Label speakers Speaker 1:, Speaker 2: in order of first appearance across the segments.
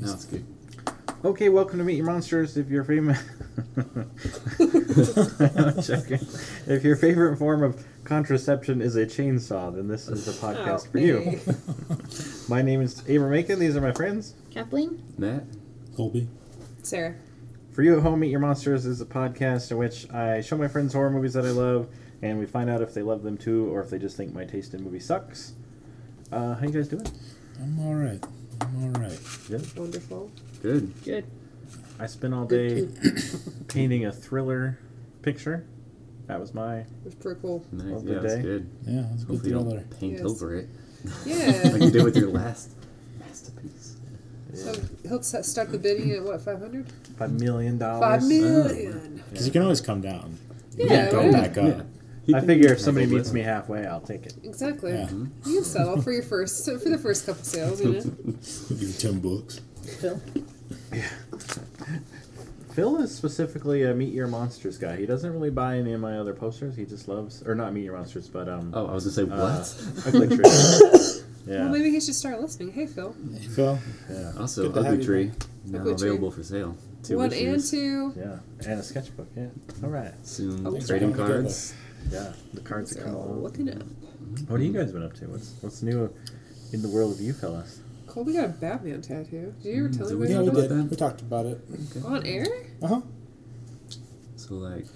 Speaker 1: No.
Speaker 2: Okay, welcome to Meet Your Monsters. If your favorite, if your favorite form of contraception is a chainsaw, then this is the podcast
Speaker 3: Oh,
Speaker 2: for you. my name is Abram Aiken. These are my friends.
Speaker 4: Kathleen?
Speaker 1: Matt?
Speaker 5: Colby.
Speaker 4: Sarah.
Speaker 2: For you at home, Meet Your Monsters is a podcast in which I show my friends horror movies that I love, and we find out if they love them too or if they just think my taste in movies sucks. Uh, how you guys doing?
Speaker 5: I'm all right. I'm all right.
Speaker 4: Wonderful.
Speaker 1: Good.
Speaker 4: Good.
Speaker 2: I spent all day painting a thriller picture. That was my
Speaker 3: It's pretty cool.
Speaker 1: Nice.
Speaker 2: Lovely
Speaker 1: yeah, that's
Speaker 2: day.
Speaker 1: good.
Speaker 5: Yeah, that's a good
Speaker 1: Hopefully you
Speaker 5: deal
Speaker 1: don't
Speaker 5: there.
Speaker 1: paint
Speaker 3: Yes.
Speaker 1: over it like
Speaker 3: Yeah.
Speaker 1: you did with your last masterpiece.
Speaker 3: so he'll s- start the bidding at what, 500?
Speaker 2: five million dollars.
Speaker 3: 5 million.
Speaker 5: Because you can always come down. You
Speaker 3: Yeah,
Speaker 5: can go
Speaker 3: yeah.
Speaker 5: back up.
Speaker 1: Yeah.
Speaker 2: I figure if somebody meets me halfway, I'll take it.
Speaker 3: Exactly.
Speaker 5: Yeah.
Speaker 3: You can settle for your first for the first couple sales, you know.
Speaker 5: We'll give you 10 books.
Speaker 3: Phil.
Speaker 2: Phil is specifically a Meet Your Monsters guy. He doesn't really buy any of my other posters. He just loves, or not Meet Your Monsters, but um,
Speaker 1: Oh, I was gonna say
Speaker 2: uh,
Speaker 1: what?
Speaker 2: Ugly Tree.
Speaker 3: Well,
Speaker 2: yeah.
Speaker 3: maybe he should start listening. Hey, Phil.
Speaker 5: Hey, Phil.
Speaker 1: also,
Speaker 5: good to have
Speaker 1: Ugly
Speaker 5: you
Speaker 1: Tree now
Speaker 3: Ugly Tree.
Speaker 1: available for sale. Two
Speaker 3: One
Speaker 1: issues.
Speaker 3: and two.
Speaker 2: Yeah, and a sketchbook. Yeah, all right.
Speaker 1: Soon
Speaker 3: Oh,
Speaker 1: trading
Speaker 5: wow.
Speaker 1: cards.
Speaker 2: Yeah, the cards are
Speaker 3: So,
Speaker 2: coming along.
Speaker 3: looking up.
Speaker 2: What have you guys been up to? What's what's new in the world of you fellas?
Speaker 3: Colby got a Batman tattoo. Did you ever tell
Speaker 1: did
Speaker 3: anybody
Speaker 1: we
Speaker 5: Yeah, we
Speaker 3: about
Speaker 1: talk
Speaker 3: that?
Speaker 5: did.
Speaker 1: about that?
Speaker 5: We talked about it.
Speaker 3: On air?
Speaker 5: Uh huh.
Speaker 1: So like,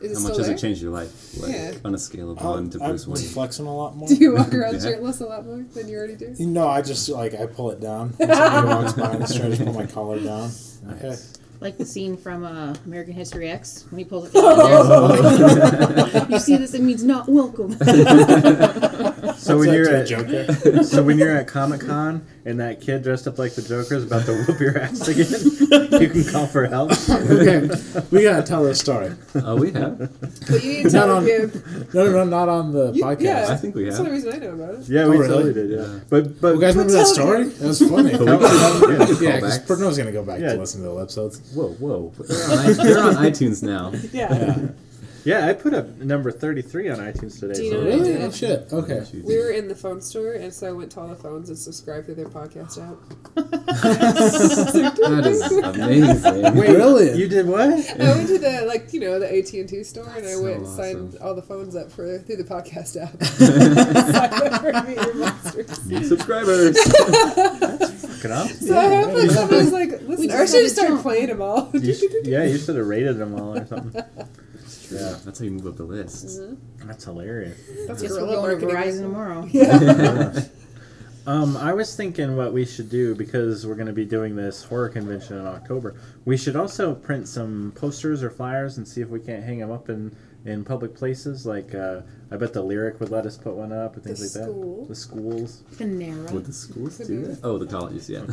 Speaker 3: Is it
Speaker 1: how
Speaker 3: still
Speaker 1: much has
Speaker 3: there?
Speaker 1: it changed your life? Like,
Speaker 3: Yeah.
Speaker 1: on a scale of one to
Speaker 5: I
Speaker 1: Bruce Wayne.
Speaker 5: was flexing a lot more.
Speaker 3: Do you walk around
Speaker 1: Yeah.
Speaker 3: shirtless a lot more than you already do?
Speaker 5: No, I just like I pull it down. When somebody walks by, I just try to pull my collar down. Okay.
Speaker 4: Like the scene from uh, American History X when he pulls it down there. you see this, it means not welcome.
Speaker 2: So when
Speaker 5: What's
Speaker 2: you're
Speaker 5: that
Speaker 2: at
Speaker 5: to a Joker?
Speaker 2: so when you're at Comic Con and that kid dressed up like the Joker is about to whoop your ass again, you can call for help.
Speaker 5: okay, we gotta tell this story.
Speaker 1: Oh, we have.
Speaker 3: But you need to
Speaker 5: Not
Speaker 3: tell
Speaker 5: on-
Speaker 3: him.
Speaker 5: No, no, no, not on the
Speaker 3: You-
Speaker 5: podcast.
Speaker 3: yeah.
Speaker 1: I think we
Speaker 3: That's
Speaker 1: have.
Speaker 3: the only reason I know about it.
Speaker 2: Yeah,
Speaker 5: Oh,
Speaker 2: we
Speaker 5: really?
Speaker 2: totally did. Yeah, but but
Speaker 5: You guys remember that story? That was funny.
Speaker 1: But we can, we can call
Speaker 5: yeah, because
Speaker 1: back.
Speaker 5: Bruno's gonna go back
Speaker 2: Yeah.
Speaker 5: to listen to the old episodes.
Speaker 1: Whoa, whoa! They're on, i- they're on iTunes now.
Speaker 3: Yeah.
Speaker 2: yeah, I put up number thirty three on iTunes today.
Speaker 3: Do you
Speaker 2: so-
Speaker 3: know what I
Speaker 5: Really?
Speaker 3: did?
Speaker 5: Oh shit. Okay.
Speaker 3: We were in the phone store, and so I went to all the phones and subscribed to their podcast app.
Speaker 1: That is amazing.
Speaker 2: Wait,
Speaker 5: Brilliant.
Speaker 2: You did what?
Speaker 3: I went to the like you know the AT and T store, and I
Speaker 1: so
Speaker 3: went and signed
Speaker 1: awesome.
Speaker 3: all the phones up for through the podcast app. Signed up for Meet Your Monsters.
Speaker 1: New subscribers.
Speaker 2: Fucking awesome.
Speaker 3: So I hope that somebody's like, listen,
Speaker 4: just
Speaker 3: or I should
Speaker 4: had a
Speaker 3: just start
Speaker 4: jump.
Speaker 3: playing them all.
Speaker 2: You should, yeah, you should have rated them all or something. Yeah,
Speaker 1: That's how you move up the list.
Speaker 3: Mm-hmm.
Speaker 2: that's hilarious.
Speaker 3: That's
Speaker 4: Guess we're
Speaker 3: guerrilla
Speaker 4: going to
Speaker 3: marketing.
Speaker 4: Verizon tomorrow.
Speaker 2: Um, I was thinking what we should do because we're going to be doing this horror convention in October. We should also print some posters or flyers and see if we can't hang them up in in public places. Like, uh, I bet the lyric would let us put one up and things
Speaker 3: The
Speaker 2: like
Speaker 3: school.
Speaker 2: that. The schools,
Speaker 1: Would
Speaker 4: Panera.
Speaker 1: the schools do that? Oh, the colleges, yeah.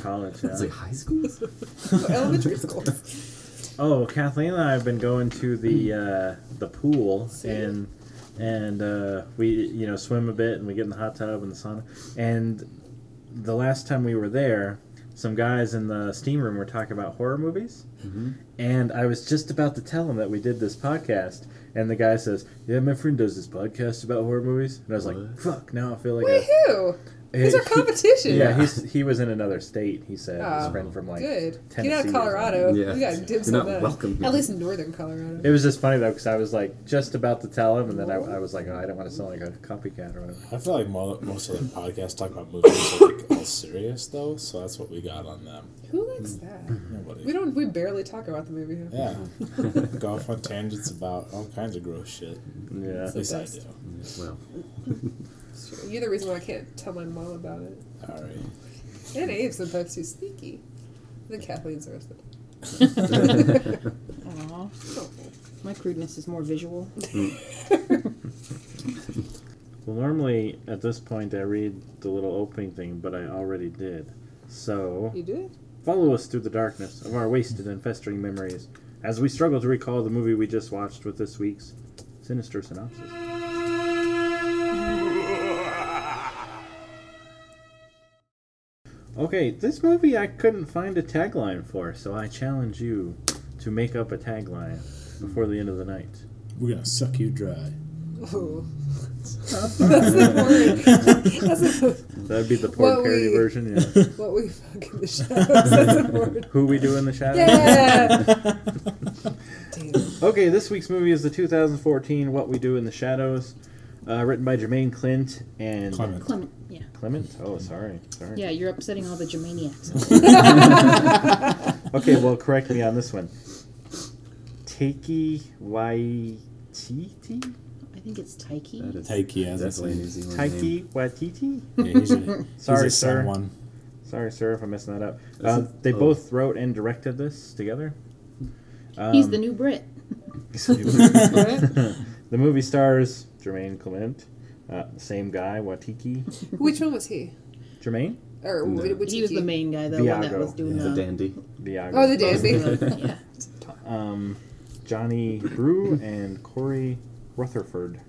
Speaker 2: college.
Speaker 1: It's like
Speaker 2: Yeah.
Speaker 1: high schools.
Speaker 3: elementary school.
Speaker 2: Oh, Kathleen and I have been going to the uh, the pool and and uh, we you know swim a bit and we get in the hot tub and the sauna. And the last time we were there, some guys in the steam room were talking about horror movies.
Speaker 3: Mm-hmm.
Speaker 2: And I was just about to tell him that we did this podcast, and the guy says, "Yeah, my friend does this podcast about horror movies." And I was like,
Speaker 1: What?
Speaker 2: "Fuck!" Now I feel like a,
Speaker 3: Woohoo! These are
Speaker 2: he-
Speaker 3: competition.
Speaker 2: yeah, he's, he was in another state. He said his
Speaker 3: Oh,
Speaker 2: friend from like
Speaker 3: Good.
Speaker 2: Tennessee.
Speaker 3: Get out
Speaker 2: or something.
Speaker 3: of Colorado.
Speaker 1: Yeah.
Speaker 3: We got dibs
Speaker 1: You're
Speaker 3: on
Speaker 1: not
Speaker 3: that.
Speaker 1: welcome here.
Speaker 3: At least northern Colorado.
Speaker 2: It was just funny though because I was like just about to tell him, and then I, I was like, oh, I don't want to sound like a copycat or whatever.
Speaker 5: I feel like mo- most of the podcasts talk about movies are like all serious though, so that's what we got on them.
Speaker 3: Who likes that? We
Speaker 5: Nobody.
Speaker 3: don't. We barely talk about the movie. Huh?
Speaker 5: Yeah. Go off on tangents about all kinds of gross shit.
Speaker 2: Yeah,
Speaker 5: At least I
Speaker 3: best.
Speaker 5: do.
Speaker 1: Well,
Speaker 3: It's true. You're the reason why I can't tell my mom about it.
Speaker 5: All right.
Speaker 3: And Abe sometimes too sneaky. Then Kathleen's arrested.
Speaker 4: Aw. My crudeness is more visual.
Speaker 2: Well, normally at this point I read the little opening thing, but I already did. So
Speaker 3: You did?
Speaker 2: follow us through the darkness of our wasted and festering memories as we struggle to recall the movie we just watched with this week's sinister synopsis. Okay, this movie I couldn't find a tagline for, so I challenge you to make up a tagline before the end of the night.
Speaker 5: We're gonna suck you dry.
Speaker 3: Oh. That's the word. That's a-
Speaker 2: That'd be the
Speaker 3: What
Speaker 2: poor parody
Speaker 3: we-
Speaker 2: version. Yeah.
Speaker 3: what we fuck in the shadows. That's a word.
Speaker 2: Who we do in the shadows?
Speaker 3: Yeah. Damn.
Speaker 2: Okay, this week's movie is the 2014 What We Do in the Shadows, uh, written by Jermaine Clint and
Speaker 5: Clement.
Speaker 4: Clement. Yeah.
Speaker 2: Clement? Oh, sorry, sorry.
Speaker 4: Yeah, you're upsetting all the Germaniacs.
Speaker 2: Okay, well, correct me on this one. Takei Waititi?
Speaker 4: I think it's Taiki.
Speaker 1: That is
Speaker 5: Taiki, as I
Speaker 1: definitely a
Speaker 5: say.
Speaker 1: New Zealand name.
Speaker 2: Taiki Waititi?
Speaker 5: Yeah, he's a,
Speaker 2: Sorry,
Speaker 5: he's a
Speaker 2: sir.
Speaker 5: Someone.
Speaker 2: Sorry, sir, if I'm messing that up.
Speaker 1: That's
Speaker 2: Uh,
Speaker 1: a-
Speaker 2: they
Speaker 1: oh.
Speaker 2: both wrote and directed this together. um,
Speaker 4: He's the new Brit.
Speaker 2: the movie stars Jermaine Clement, uh, same guy, Watiki.
Speaker 3: Which one was he?
Speaker 2: Jermaine?
Speaker 3: Or
Speaker 1: No.
Speaker 3: wh- which
Speaker 4: He was the
Speaker 3: he-
Speaker 4: main guy, the one that
Speaker 2: Viago.
Speaker 4: was doing
Speaker 1: The
Speaker 4: the.
Speaker 1: dandy.
Speaker 2: Viagra.
Speaker 3: Oh, the
Speaker 4: most
Speaker 3: dandy.
Speaker 4: of the- yeah.
Speaker 2: um, Johnny Brew and Corey Rutherford.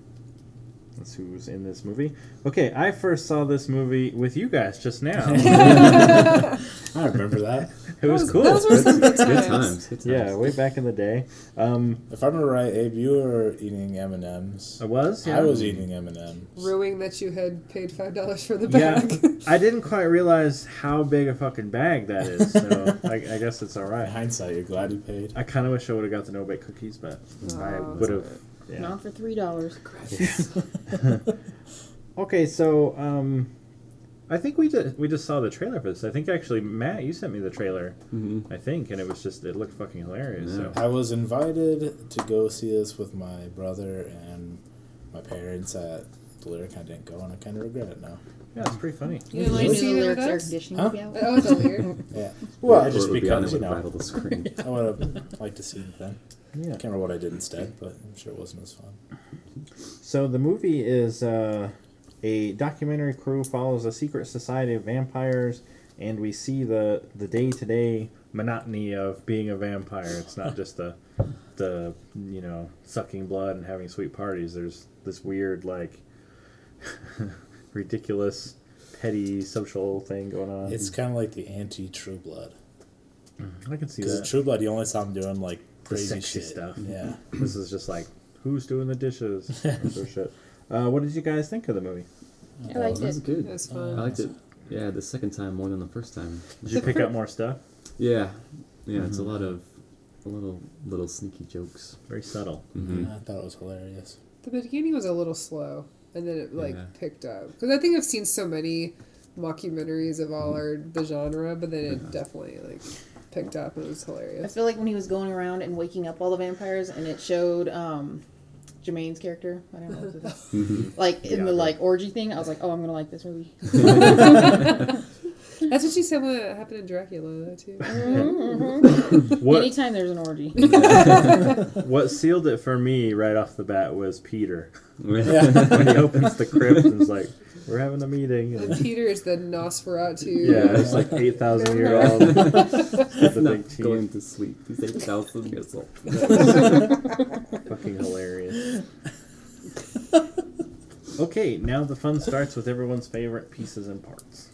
Speaker 2: That's who's in this movie. Okay, I first saw this movie with you guys just now. it
Speaker 5: I remember that.
Speaker 2: was cool.
Speaker 3: Those were some good
Speaker 1: Good
Speaker 3: times.
Speaker 1: times. Good times.
Speaker 2: yeah, way back in the day. Um,
Speaker 5: If I remember right, Abe, you were eating M and M's.
Speaker 2: I was. Oh, Yeah.
Speaker 5: I was eating M and M's.
Speaker 3: Ruining that you had paid five dollars for the
Speaker 2: Yeah,
Speaker 3: bag.
Speaker 2: I didn't quite realize how big a fucking bag that is. So I, I guess it's all
Speaker 5: In
Speaker 2: right.
Speaker 5: hindsight, you're glad you paid.
Speaker 2: I kind of wish I would have got the no bake cookies, but I
Speaker 3: Oh,
Speaker 2: would have. Yeah.
Speaker 4: Not for three dollars.
Speaker 2: Okay, so um, I think we just we just saw the trailer for this. I think actually, Matt, you sent me the trailer.
Speaker 1: Mm-hmm.
Speaker 2: I think, and it was just it looked fucking hilarious. So
Speaker 5: I was invited to go see this with my brother and my parents at the lyric. I didn't go, and I kind of regret it now.
Speaker 2: yeah, it's pretty funny.
Speaker 3: You didn't
Speaker 4: I
Speaker 3: like to
Speaker 4: knew the
Speaker 3: see it with
Speaker 4: lyrics air
Speaker 3: us?
Speaker 4: conditioning
Speaker 5: Huh?
Speaker 4: would be out.
Speaker 3: Oh, it's all here.
Speaker 5: Yeah.
Speaker 1: Or-
Speaker 5: Well,
Speaker 1: or
Speaker 5: just
Speaker 1: it would be on, it
Speaker 5: because you
Speaker 1: would
Speaker 5: know,
Speaker 1: rattle the screen.
Speaker 5: I would have liked to see it then. I
Speaker 2: Yeah.
Speaker 5: can't remember what I did instead, but I'm sure it wasn't as fun.
Speaker 2: So the movie is uh, a documentary crew follows a secret society of vampires, and we see the the day to day monotony of being a vampire. It's not just the the you know sucking blood and having sweet parties. There's this weird like ridiculous petty social thing going on.
Speaker 5: It's kind of like the anti True Blood.
Speaker 2: I can see
Speaker 5: Because
Speaker 2: that.
Speaker 5: True Blood, you only saw him doing like crazy
Speaker 2: sexy
Speaker 5: shit.
Speaker 2: stuff.
Speaker 5: Yeah.
Speaker 2: This is just like who's doing the dishes or shit. Uh, what did you guys think of the movie?
Speaker 4: I liked
Speaker 1: Oh, That was
Speaker 4: it.
Speaker 1: good.
Speaker 3: It was
Speaker 1: I
Speaker 3: fun.
Speaker 1: liked it. Yeah, the second time more than the first time.
Speaker 2: Did you pick up more stuff?
Speaker 1: Yeah, yeah. It's
Speaker 5: Mm-hmm.
Speaker 1: a lot of little little sneaky jokes.
Speaker 2: Very subtle.
Speaker 5: I thought it was hilarious.
Speaker 3: The beginning was a little slow, and then it like
Speaker 1: Yeah.
Speaker 3: picked up. Because I think I've seen so many mockumentaries of all our the genre, but then it definitely like picked up and it was
Speaker 4: I
Speaker 3: hilarious.
Speaker 4: feel like when he was going around and waking up all the vampires, and it showed um, Jermaine's character. I don't know. what it
Speaker 1: Mm-hmm.
Speaker 4: is. like in the like orgy thing, I was like, oh, I'm gonna like this movie.
Speaker 3: That's what she said when it happened in Dracula though, too.
Speaker 2: What
Speaker 4: Anytime there's an orgy,
Speaker 2: what sealed it for me right off the bat was Peter
Speaker 1: Yeah.
Speaker 2: when he opens the crypt and is like, "We're having a meeting."
Speaker 3: And
Speaker 2: And
Speaker 3: Peter is the Nosferatu.
Speaker 2: yeah, it's like eight thousand year old with the big teeth.
Speaker 1: Going to sleep. He's eight thousand years old.
Speaker 2: Fucking hilarious. Okay, now the fun starts with everyone's favorite pieces and parts.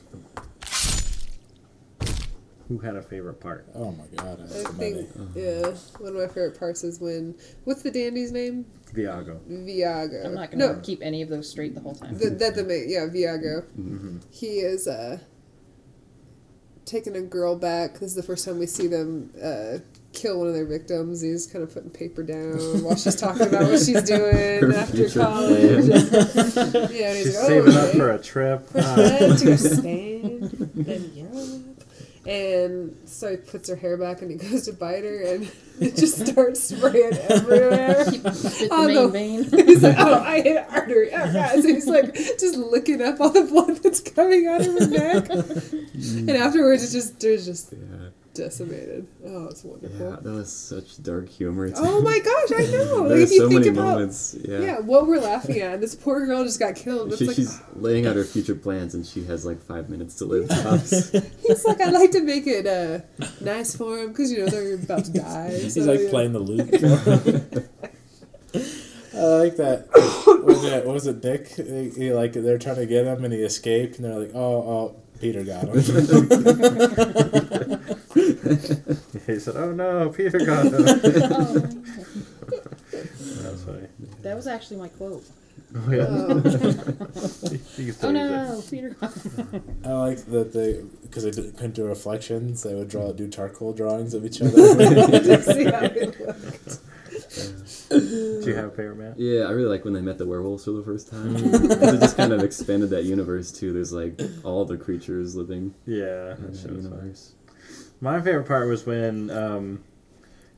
Speaker 2: Who had a favorite part?
Speaker 5: Oh my god. I had
Speaker 3: I
Speaker 5: so many.
Speaker 3: think yeah, one of my favorite parts is when what's the dandy's name?
Speaker 2: Viago.
Speaker 3: Viago.
Speaker 4: I'm not gonna
Speaker 3: no,
Speaker 4: keep any of those straight the whole time.
Speaker 3: the, that the ma- yeah Viago.
Speaker 2: Mm-hmm.
Speaker 3: He is uh, taking a girl back. This is the first time we see them uh, kill one of their victims. He's kind of putting paper down while she's talking about what she's doing
Speaker 1: Her
Speaker 3: after
Speaker 1: future
Speaker 3: college. yeah, and he's
Speaker 2: She's
Speaker 3: like,
Speaker 2: saving
Speaker 3: oh,
Speaker 2: up
Speaker 3: okay.
Speaker 2: for a trip. Ah,
Speaker 3: Went to Spain and Europe. And so he puts her hair back and he goes to bite her and it just starts spraying everywhere.
Speaker 4: Fit the
Speaker 3: on
Speaker 4: main
Speaker 3: the-
Speaker 4: vein.
Speaker 3: He's like, oh, I hit an artery. Oh, God. So he's like just licking up all the blood that's coming out of her neck.
Speaker 1: Mm.
Speaker 3: and afterwards, it's just, they're just
Speaker 1: Yeah,
Speaker 3: decimated. Oh, it's wonderful.
Speaker 1: yeah. That was such dark humor. too.
Speaker 3: Oh my gosh, I know.
Speaker 1: There
Speaker 3: like,
Speaker 1: are
Speaker 3: if you
Speaker 1: so
Speaker 3: think
Speaker 1: many
Speaker 3: about,
Speaker 1: moments. Yeah.
Speaker 3: yeah, what we're laughing at, this poor girl just got killed. It's
Speaker 1: She,
Speaker 3: like,
Speaker 1: she's laying out her future plans, and she has like five minutes to live. Pops.
Speaker 3: He's like, I'd like to make it uh, nice for him because you know they're about to die.
Speaker 5: He's
Speaker 3: so,
Speaker 5: like
Speaker 3: yeah.
Speaker 5: playing the lute. I like that. What was it, what was it Dick? He, he, like they're trying to get him and he escaped and they're like, oh, oh, Peter got him.
Speaker 2: he said, "Oh no, Peter got him."
Speaker 4: Oh,
Speaker 2: That's funny.
Speaker 4: that was actually my quote.
Speaker 3: Oh.
Speaker 2: You
Speaker 4: Oh
Speaker 2: throw
Speaker 4: no, Peter.
Speaker 5: I like that they because they did, couldn't do reflections. They would draw do charcoal drawings of each other.
Speaker 3: Just see how it looked.
Speaker 2: your- Do you have a favorite map?
Speaker 1: Yeah, I really like when they met the werewolves for the first time.
Speaker 3: Mm.
Speaker 1: 'Cause it just kind of expanded that universe too. There's like all the creatures living
Speaker 2: Yeah.
Speaker 1: in
Speaker 2: that
Speaker 1: that
Speaker 2: shit was fun.
Speaker 1: universe.
Speaker 2: My favorite part was when um,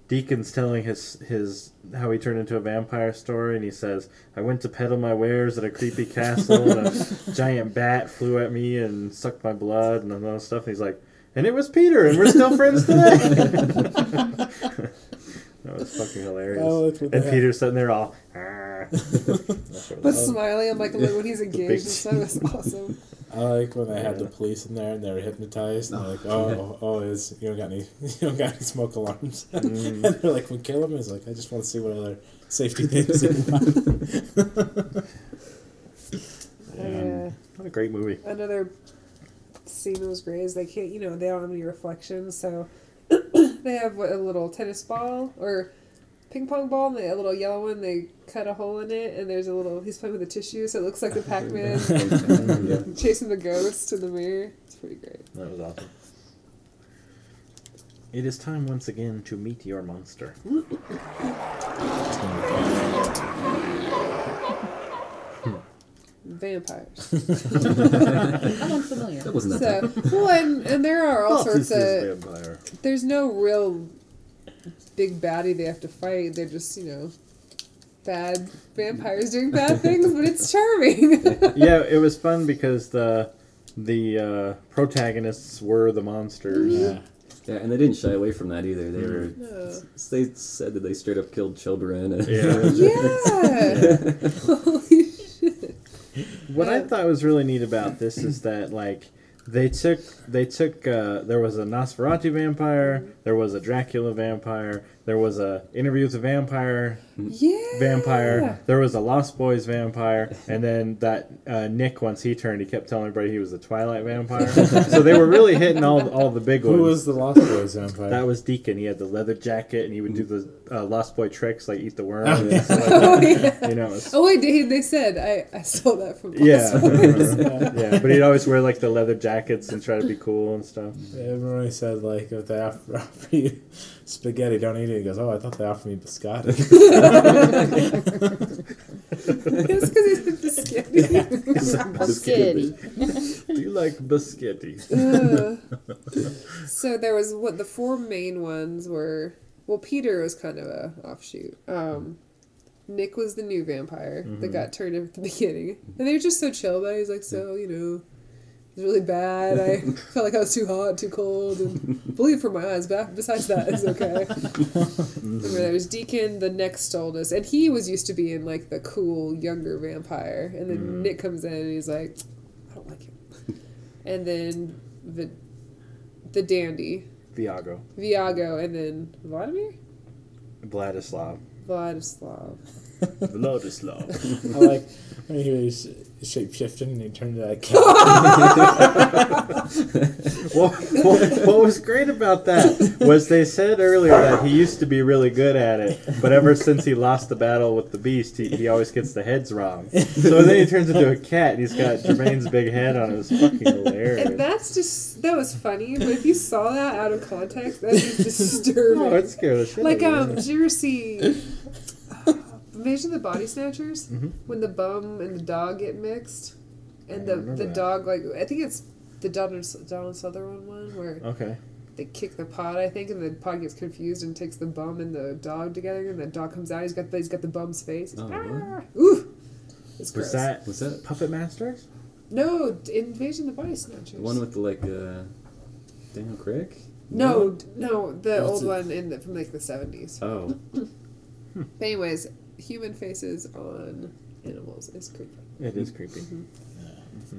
Speaker 2: Deacon's telling his his how he turned into a vampire story, and he says, "I went to peddle my wares at a creepy castle, and a giant bat flew at me and sucked my blood and all that stuff." And he's like, "And it was Peter, and we're still friends today." that was fucking hilarious.
Speaker 5: Oh, it's with
Speaker 2: and
Speaker 5: the-
Speaker 2: Peter's sitting there all. "Ah." That's what it
Speaker 3: But
Speaker 1: Um,
Speaker 2: was.
Speaker 3: Smiley, I'm like, look when he's engaged,
Speaker 2: big-
Speaker 3: it's so it's awesome.
Speaker 5: I like when they had the police in there and they were hypnotized. And they're like, oh, oh, is you don't got any, you don't got any smoke alarms. and they're like, we kill him. He's like, I just want to see what other safety things. they have."
Speaker 3: Yeah.
Speaker 2: What a great movie.
Speaker 3: another scene was great is they can't you know they don't have any reflections so they have what, a little tennis ball or ping pong ball and they, a little yellow one they cut a hole in it and there's a little he's playing with a tissue so it looks like the pac-man
Speaker 1: yeah.
Speaker 3: chasing the ghost in the mirror it's pretty great
Speaker 2: That was awesome. It is time once again to meet your monster.
Speaker 3: vampires
Speaker 4: I'm unfamiliar.
Speaker 1: That wasn't that
Speaker 3: so well and, and there are all
Speaker 2: Oh,
Speaker 3: sorts of
Speaker 2: vampire.
Speaker 3: there's no real big baddie they have to fight they're just you know bad vampires doing bad things but it's charming
Speaker 2: yeah, it was fun because the the uh, protagonists were the monsters.
Speaker 5: yeah.
Speaker 1: Yeah, and they didn't shy away from that either. They were.
Speaker 3: No.
Speaker 1: They said that they straight up killed children. And
Speaker 2: Yeah.
Speaker 3: Yeah. Holy shit.
Speaker 2: What I thought was really neat about this is that like they took they took uh, there was a Nosferatu vampire, there was a Dracula vampire, there was a Interview with a Vampire
Speaker 3: Yeah.
Speaker 2: vampire. There was a Lost Boys vampire, and then that uh, Nick once he turned, he kept telling everybody he was the Twilight vampire. so they were really hitting all all the big ones.
Speaker 5: Who was the Lost Boys vampire?
Speaker 2: that was Deacon. He had the leather jacket, and he would do the uh, Lost Boy tricks, like eat the worm. and stuff like
Speaker 3: Oh, yeah.
Speaker 2: that. You know, it was-
Speaker 3: Oh, wait, they, they said. I, I stole that from
Speaker 2: yeah,
Speaker 3: Boston.
Speaker 2: yeah. But he'd always wear like the leather jackets and try to be cool and stuff.
Speaker 5: Everybody said like if they offer, offer you spaghetti, don't eat it. He goes, oh, I thought they offered me biscotti.
Speaker 3: It's because he's the skinny.
Speaker 4: Biscotti.
Speaker 2: Do you like biscotti?
Speaker 3: Ugh. so there was what the four main ones were. Well, Peter was kind of a offshoot. Um, Nick was the new vampire
Speaker 2: Mm-hmm.
Speaker 3: that got turned in at the beginning, and they were just so chill about it. He's like, so you know, it's really bad. I felt like I was too hot, too cold, and believe for my eyes. But besides that, it's okay. Remember, there was Deacon, the next oldest, and he was used to being like the cool younger vampire, and then Nick comes in and he's like, I don't like him. And then the the dandy,
Speaker 2: Viago,
Speaker 3: Viago, and then Vladimir?
Speaker 2: Vladislav,
Speaker 3: Vladislav.
Speaker 2: Vladislav.
Speaker 5: I like when he was shape shifting and he turned into a cat.
Speaker 2: well, what, what was great about that was they said earlier that he used to be really good at it, but ever since he lost the battle with the beast, he, he always gets the heads wrong. So then he turns into a cat, and he's got Jermaine's big head on. It was fucking hilarious.
Speaker 3: And that's just that was funny, but if you saw that out of context, that'd be
Speaker 2: oh, it
Speaker 3: disturbing.
Speaker 2: scared the shit
Speaker 3: like
Speaker 2: out of
Speaker 3: um, did you ever see Imagine the body snatchers when the bum and the dog get mixed, and the
Speaker 2: remember
Speaker 3: the
Speaker 2: that.
Speaker 3: dog like I think it's the Donald Donald Sutherland one where
Speaker 2: me. Okay.
Speaker 3: they kick the pod, I think, and the pod gets confused and takes the bum and the dog together, and the dog comes out. He's got the, he's got the bum's face.
Speaker 1: Oh,
Speaker 3: ah! Ooh, it's gross.
Speaker 2: Was that
Speaker 1: Was that
Speaker 2: Puppet Masters?
Speaker 3: No, d- Invasion of the Body Snatchers.
Speaker 1: the one with the like uh, Daniel Craig?
Speaker 3: no, d- no, the
Speaker 5: What's
Speaker 3: old
Speaker 5: it-
Speaker 3: one in the, from like the seventies.
Speaker 1: Oh,
Speaker 3: But anyways, human faces on animals is creepy.
Speaker 2: It is creepy. Mm-hmm.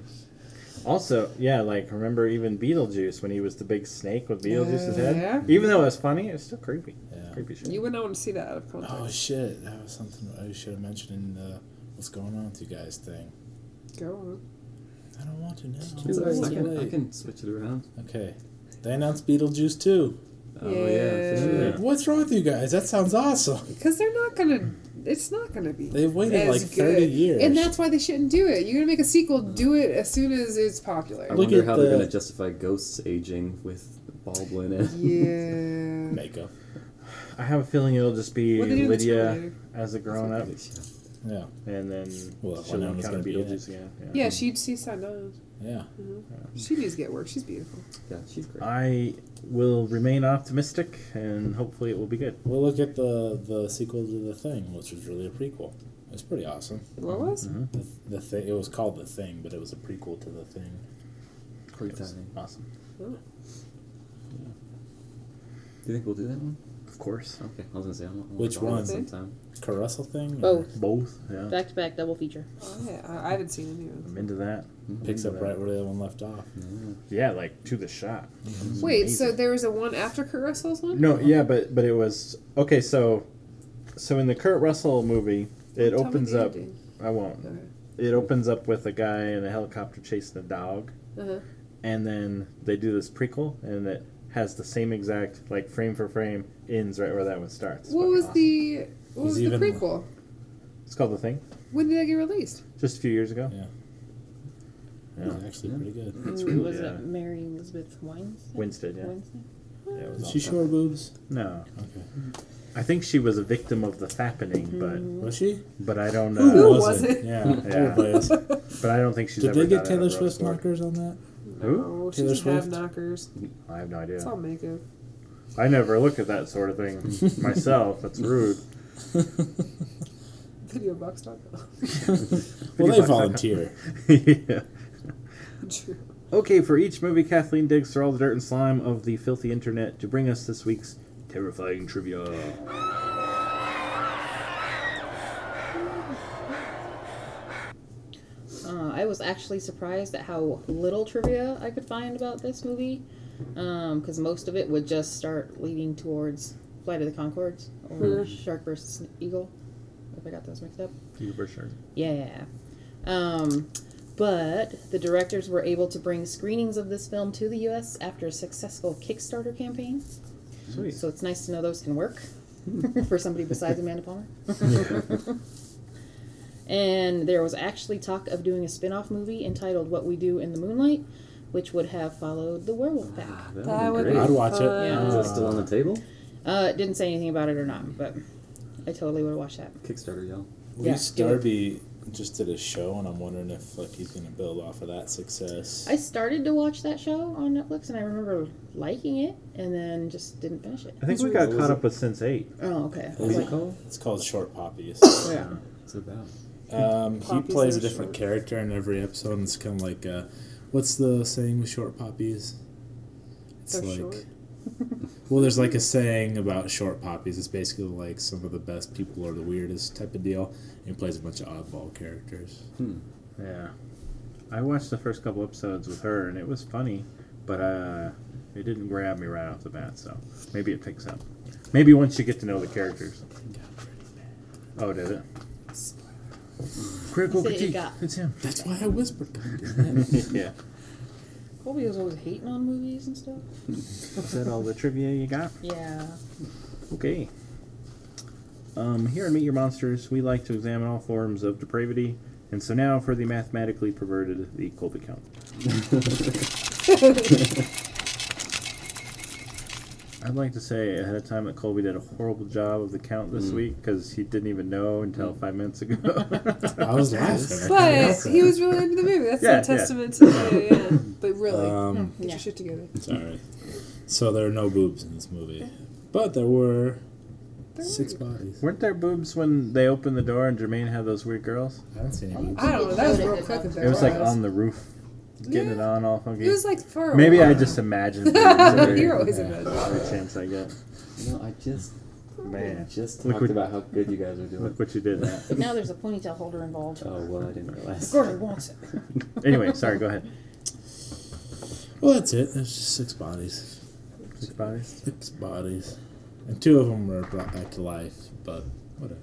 Speaker 2: Also, yeah, like remember even Beetlejuice when he was the big snake with Beetlejuice's
Speaker 3: Yeah.
Speaker 2: head.
Speaker 3: Yeah.
Speaker 2: Even though it was funny, it's still creepy.
Speaker 5: Yeah.
Speaker 2: Creepy shit.
Speaker 3: You would not want to see that out of context.
Speaker 5: oh shit, that was something I should have mentioned in the what's going on with you guys thing.
Speaker 3: Go on.
Speaker 5: I don't want to know.
Speaker 1: It's all right, I, can, I
Speaker 5: Wait.
Speaker 1: can switch it around.
Speaker 5: Okay, they announced Beetlejuice too.
Speaker 1: Oh yeah, for sure.
Speaker 2: Yeah.
Speaker 5: What's wrong with you guys? That sounds awesome.
Speaker 3: Because they're not gonna it's not going to be.
Speaker 5: They've waited
Speaker 3: as
Speaker 5: like 30
Speaker 3: good.
Speaker 5: years.
Speaker 3: And that's why they shouldn't do it. You're going to make a sequel, do it as soon as it's popular.
Speaker 1: I
Speaker 5: Look
Speaker 1: wonder
Speaker 5: at
Speaker 1: how they're
Speaker 5: the-
Speaker 1: gonna justify ghosts aging with Baldwin and
Speaker 3: Yeah.
Speaker 5: makeup.
Speaker 2: I have a feeling it'll just be
Speaker 3: What they do in the
Speaker 2: Lydia
Speaker 3: Terminator.
Speaker 2: as a grown up,
Speaker 5: Yeah,
Speaker 2: and then
Speaker 5: Well,
Speaker 2: she'll
Speaker 5: Winona's
Speaker 2: encounter
Speaker 5: gonna be
Speaker 2: Beetlejuice again.
Speaker 3: Yeah, she'd see Sanaa.
Speaker 5: yeah.
Speaker 3: She needs to get work. She's beautiful.
Speaker 1: yeah, she's great.
Speaker 2: I will remain optimistic, and hopefully it will be good.
Speaker 5: Well, look at the the sequel to the Thing, which was really a prequel. It's pretty awesome.
Speaker 3: What was?
Speaker 2: Mm-hmm.
Speaker 5: The, the thing it was called the Thing, but it was a prequel to the Thing.
Speaker 1: Great
Speaker 2: Yes.
Speaker 1: timing.
Speaker 2: Awesome.
Speaker 1: Do you think we'll do that one?
Speaker 2: Of course.
Speaker 1: Okay, I was gonna say I'm. I'm
Speaker 5: Which
Speaker 1: on it
Speaker 5: one?
Speaker 1: Sometime.
Speaker 5: Carousel Thing.
Speaker 4: Both.
Speaker 2: Both. Yeah.
Speaker 4: Back to back double feature.
Speaker 3: Oh, yeah. I, I haven't seen any of
Speaker 2: I'm
Speaker 3: them.
Speaker 2: into that.
Speaker 5: picks up right where the other one left off.
Speaker 2: Yeah, like to the shot.
Speaker 3: Wait, so there was a one after Kurt Russell's one?
Speaker 2: No, yeah, but but it was okay. So, so in the Kurt Russell movie, it
Speaker 3: Tell me
Speaker 2: opens
Speaker 3: the
Speaker 2: up.
Speaker 3: ending.
Speaker 2: I won't.
Speaker 3: Okay.
Speaker 2: It opens up with a guy in a helicopter chasing a dog,
Speaker 3: Uh-huh.
Speaker 2: and then they do this prequel, and it has the same exact like frame for frame ends right where that one starts. It's
Speaker 3: What
Speaker 2: fucking
Speaker 3: was
Speaker 2: awesome.
Speaker 3: the what was
Speaker 5: He's
Speaker 3: the
Speaker 5: even-
Speaker 3: prequel?
Speaker 2: It's called the thing.
Speaker 3: When did that get released?
Speaker 2: Just a few years ago.
Speaker 5: Yeah. It was actually pretty good.
Speaker 4: It's
Speaker 2: really-
Speaker 4: was
Speaker 2: yeah.
Speaker 4: it Mary Elizabeth Weinstein?
Speaker 2: Winstead. Yeah.
Speaker 4: Weinstein?
Speaker 2: yeah it was
Speaker 5: Is she
Speaker 2: awesome.
Speaker 5: short boobs?
Speaker 2: No,
Speaker 5: Okay.
Speaker 2: I think she was a victim of the fappening,
Speaker 3: Hmm.
Speaker 2: but
Speaker 5: Was she?
Speaker 2: but I don't know.
Speaker 3: Who was it?
Speaker 5: Yeah.
Speaker 2: Yeah.
Speaker 5: everybody else.
Speaker 2: But I don't think she's
Speaker 5: Did
Speaker 2: ever
Speaker 5: they
Speaker 2: done
Speaker 5: get
Speaker 2: it
Speaker 5: Taylor
Speaker 2: on Rose
Speaker 5: Swift
Speaker 2: Ward.
Speaker 5: knockers on that?
Speaker 2: Who?
Speaker 3: Oh, she
Speaker 5: Taylor
Speaker 3: doesn't have
Speaker 5: Swift?
Speaker 3: knockers.
Speaker 2: I have no idea.
Speaker 3: It's all makeup.
Speaker 2: I never look at that sort of thing myself. That's rude.
Speaker 3: Videobox.com.
Speaker 5: Well, they
Speaker 2: Pretty much.
Speaker 5: volunteer.
Speaker 2: yeah.
Speaker 3: True.
Speaker 2: Okay, for each movie, Kathleen digs through all the dirt and slime of the filthy internet to bring us this week's terrifying trivia.
Speaker 4: Uh, I was actually surprised at how little trivia I could find about this movie, because most of it would just start leading towards Flight of the Concords or Shark versus Eagle. If I got those mixed up.
Speaker 2: You for sure.
Speaker 4: Yeah. Um, but the directors were able to bring screenings of this film to the U.S. after a successful Kickstarter campaign.
Speaker 2: Sweet.
Speaker 4: So it's nice to know those can work for somebody besides Amanda Palmer. and there was actually talk of doing a spin off movie entitled What We Do in the Moonlight, which would have followed the werewolf pack.
Speaker 1: Ah, That
Speaker 3: That
Speaker 1: would
Speaker 3: would
Speaker 1: be
Speaker 3: be
Speaker 1: great.
Speaker 5: I'd watch it.
Speaker 3: fun.
Speaker 4: Yeah.
Speaker 1: Is that still on the table?
Speaker 4: Uh, it didn't say anything about it or not, but I totally would have watched that.
Speaker 1: Kickstarter, y'all.
Speaker 4: Yeah,
Speaker 5: Reese
Speaker 4: do it.
Speaker 5: Darby just did a show, and I'm wondering if like he's gonna build off of that success.
Speaker 4: I started to watch that show on Netflix and I remember liking it and then just didn't finish it.
Speaker 2: I think we got
Speaker 1: What was
Speaker 2: caught
Speaker 1: it?
Speaker 2: up with Sense 8.
Speaker 4: Oh, okay.
Speaker 1: What was it called?
Speaker 5: It's called Short Poppies.
Speaker 4: Yeah.
Speaker 1: What's it about?
Speaker 5: Um, he
Speaker 3: Poppies
Speaker 5: plays
Speaker 3: are
Speaker 5: a different
Speaker 3: short.
Speaker 5: character in every episode, and it's kind of like, uh, what's the saying with short poppies? It's
Speaker 3: They're
Speaker 5: like,
Speaker 3: short.
Speaker 5: well, there's like a saying about short poppies. It's basically like some of the best people are the weirdest type of deal. And he plays a bunch of oddball characters.
Speaker 1: hmm.
Speaker 2: Yeah. I watched the first couple episodes with her, and it was funny, but uh, it didn't grab me right off the bat, so maybe it picks up. Maybe once you get to know the characters. Oh, did it? Critical
Speaker 4: He said it
Speaker 2: critique.
Speaker 4: got-
Speaker 2: It's him.
Speaker 5: That's why I whispered. God damn it.
Speaker 2: yeah.
Speaker 4: Colby was always hating on movies and stuff.
Speaker 2: Is that all the trivia you got?
Speaker 4: Yeah.
Speaker 2: Okay. Um, here in Meet Your Monsters, we like to examine all forms of depravity, and so now for the mathematically perverted, the Colby Count. I'd like to say ahead of time that Colby did a horrible job of the count this week because he didn't even know until five minutes ago.
Speaker 5: I was laughing.
Speaker 3: But he was really into the movie. That's
Speaker 2: Yeah, yeah.
Speaker 3: a testament to the yeah. But really, Hmm.
Speaker 5: Um,
Speaker 3: get
Speaker 4: Yeah.
Speaker 3: your shit together.
Speaker 5: sorry. So there are no boobs in this movie, but there were six bodies.
Speaker 2: Weren't there boobs when they opened the door and Jermaine had those weird girls?
Speaker 5: I don't see any boobs.
Speaker 3: I don't know. That was real quick. If
Speaker 4: It
Speaker 3: that
Speaker 2: It was like on the roof, getting it
Speaker 3: Yeah.
Speaker 2: on all funky.
Speaker 3: It was like fur.
Speaker 2: Maybe I just imagined.
Speaker 3: You're
Speaker 2: boobs
Speaker 3: always
Speaker 5: Yeah.
Speaker 3: imagining.
Speaker 2: every chance I get.
Speaker 1: You know, I just
Speaker 2: Man,
Speaker 1: just
Speaker 2: Look
Speaker 1: talked
Speaker 2: what-
Speaker 1: about how good you guys are doing.
Speaker 2: look what you did.
Speaker 4: But now there's a ponytail holder involved.
Speaker 1: Oh well, I didn't realize.
Speaker 4: Gordon wants it.
Speaker 2: Anyway, sorry. Go ahead.
Speaker 5: Well, that's it. There's just six bodies.
Speaker 2: Six bodies.
Speaker 5: Six bodies. And two of them were brought back to life, but whatever.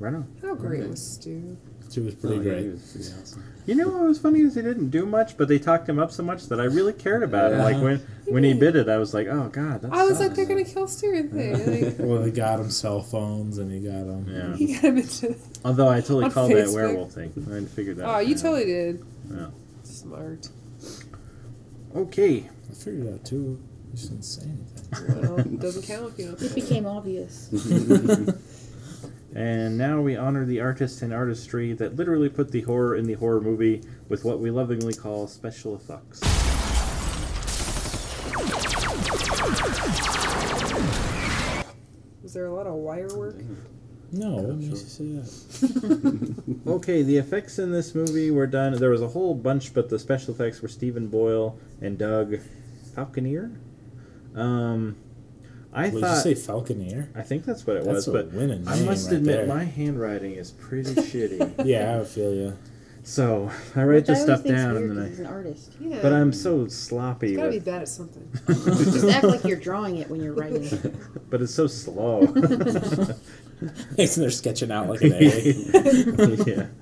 Speaker 2: Right on.
Speaker 3: How great was Stu?
Speaker 5: She was pretty
Speaker 1: Oh, yeah,
Speaker 5: great.
Speaker 1: he was pretty awesome.
Speaker 2: You know what was funny is he didn't do much, but they talked him up so much that I really cared about him.
Speaker 5: Yeah.
Speaker 2: Like when when he bid it, I was like, oh god, that
Speaker 3: I was
Speaker 2: sucks.
Speaker 3: like, they're gonna kill Steering Thing. Like,
Speaker 5: Well, he got him cell phones and he got him.
Speaker 2: Yeah.
Speaker 3: he got him into.
Speaker 2: Although I totally
Speaker 3: on
Speaker 2: called
Speaker 3: Facebook.
Speaker 2: that werewolf thing. I hadn't figured that.
Speaker 3: Oh, you totally did.
Speaker 2: Yeah.
Speaker 3: Smart.
Speaker 2: Okay.
Speaker 5: I figured it out too. You just didn't say anything.
Speaker 3: Well, doesn't count if you don't.
Speaker 4: It became obvious.
Speaker 2: And now we honor the artists and artistry that literally put the horror in the horror movie with what we lovingly call special effects.
Speaker 3: Was there a lot of wire work?
Speaker 5: No, what
Speaker 1: sure.
Speaker 5: makes you say that?
Speaker 2: Okay, the effects in this movie were done. There was a whole bunch, but the special effects were Stephen Boyle and Doug Falconeer. Um, I
Speaker 5: Well,
Speaker 2: thought.
Speaker 5: did you say Falconeer?
Speaker 2: I think that's what it
Speaker 5: That's
Speaker 2: was,
Speaker 5: a
Speaker 2: but
Speaker 5: winning
Speaker 2: I
Speaker 5: name
Speaker 2: must
Speaker 5: right
Speaker 2: admit
Speaker 5: there.
Speaker 2: my handwriting is pretty shitty.
Speaker 5: Yeah, I feel you.
Speaker 2: So I write
Speaker 4: Which I
Speaker 2: this
Speaker 4: always
Speaker 2: stuff
Speaker 4: think's
Speaker 2: down,
Speaker 4: weird
Speaker 2: and
Speaker 4: 'cause
Speaker 2: then
Speaker 4: he's an artist.
Speaker 3: Yeah.
Speaker 2: I. But I'm so sloppy.
Speaker 3: It's gotta be
Speaker 2: with-
Speaker 3: bad at something.
Speaker 4: Just act like you're drawing it when you're writing it.
Speaker 2: but it's so slow.
Speaker 5: and they're sketching out like an A.
Speaker 2: yeah.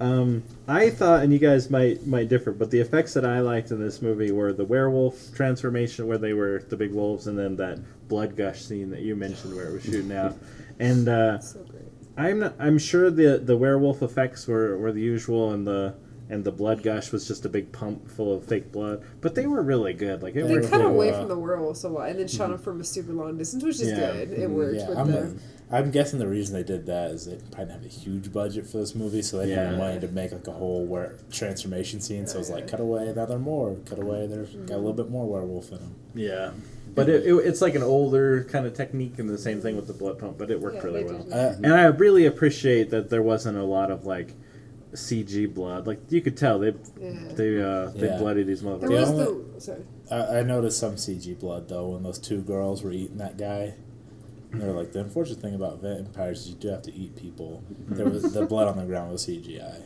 Speaker 2: Um, I thought, and you guys might might differ, but the effects that I liked in this movie were the werewolf transformation, where they were the big wolves, and then that blood gush scene that you mentioned, where it was shooting out. And uh,
Speaker 3: So great.
Speaker 2: I'm not, I'm sure the the werewolf effects were, were the usual, and the and the blood gush was just a big pump full of fake blood. But they were really good. Like it
Speaker 5: They
Speaker 3: They
Speaker 2: worked.
Speaker 3: cut
Speaker 5: Yeah.
Speaker 3: away from the werewolf a lot and then shot him from a super long distance, which is
Speaker 2: Mm-hmm. Yeah.
Speaker 3: good. It worked
Speaker 5: Yeah,
Speaker 3: with
Speaker 5: I'm,
Speaker 3: the
Speaker 5: I'm guessing the reason they did that is they probably didn't have a huge budget for this movie, so they
Speaker 2: Yeah.
Speaker 5: didn't wanted to make like a whole were- transformation scene. So it's like cut away, now they're more. Cut away, they're got a little bit more werewolf in them.
Speaker 2: Yeah. But it, it, it's like an older kind of technique, and the same thing with the blood pump. But it worked
Speaker 3: Yeah,
Speaker 2: really
Speaker 3: they
Speaker 2: well.
Speaker 3: did.
Speaker 5: Uh,
Speaker 2: And I really appreciate that there wasn't a lot of like CG blood. Like you could tell they
Speaker 3: Yeah.
Speaker 2: they uh, they
Speaker 5: Yeah.
Speaker 2: bloodied these
Speaker 3: There
Speaker 2: motherfuckers.
Speaker 5: Yeah.
Speaker 3: was the sorry.
Speaker 5: I, I noticed some CG blood though when those two girls were eating that guy. And they're like the unfortunate thing about vampires is you do have to eat people. There was the blood on the ground was CGI.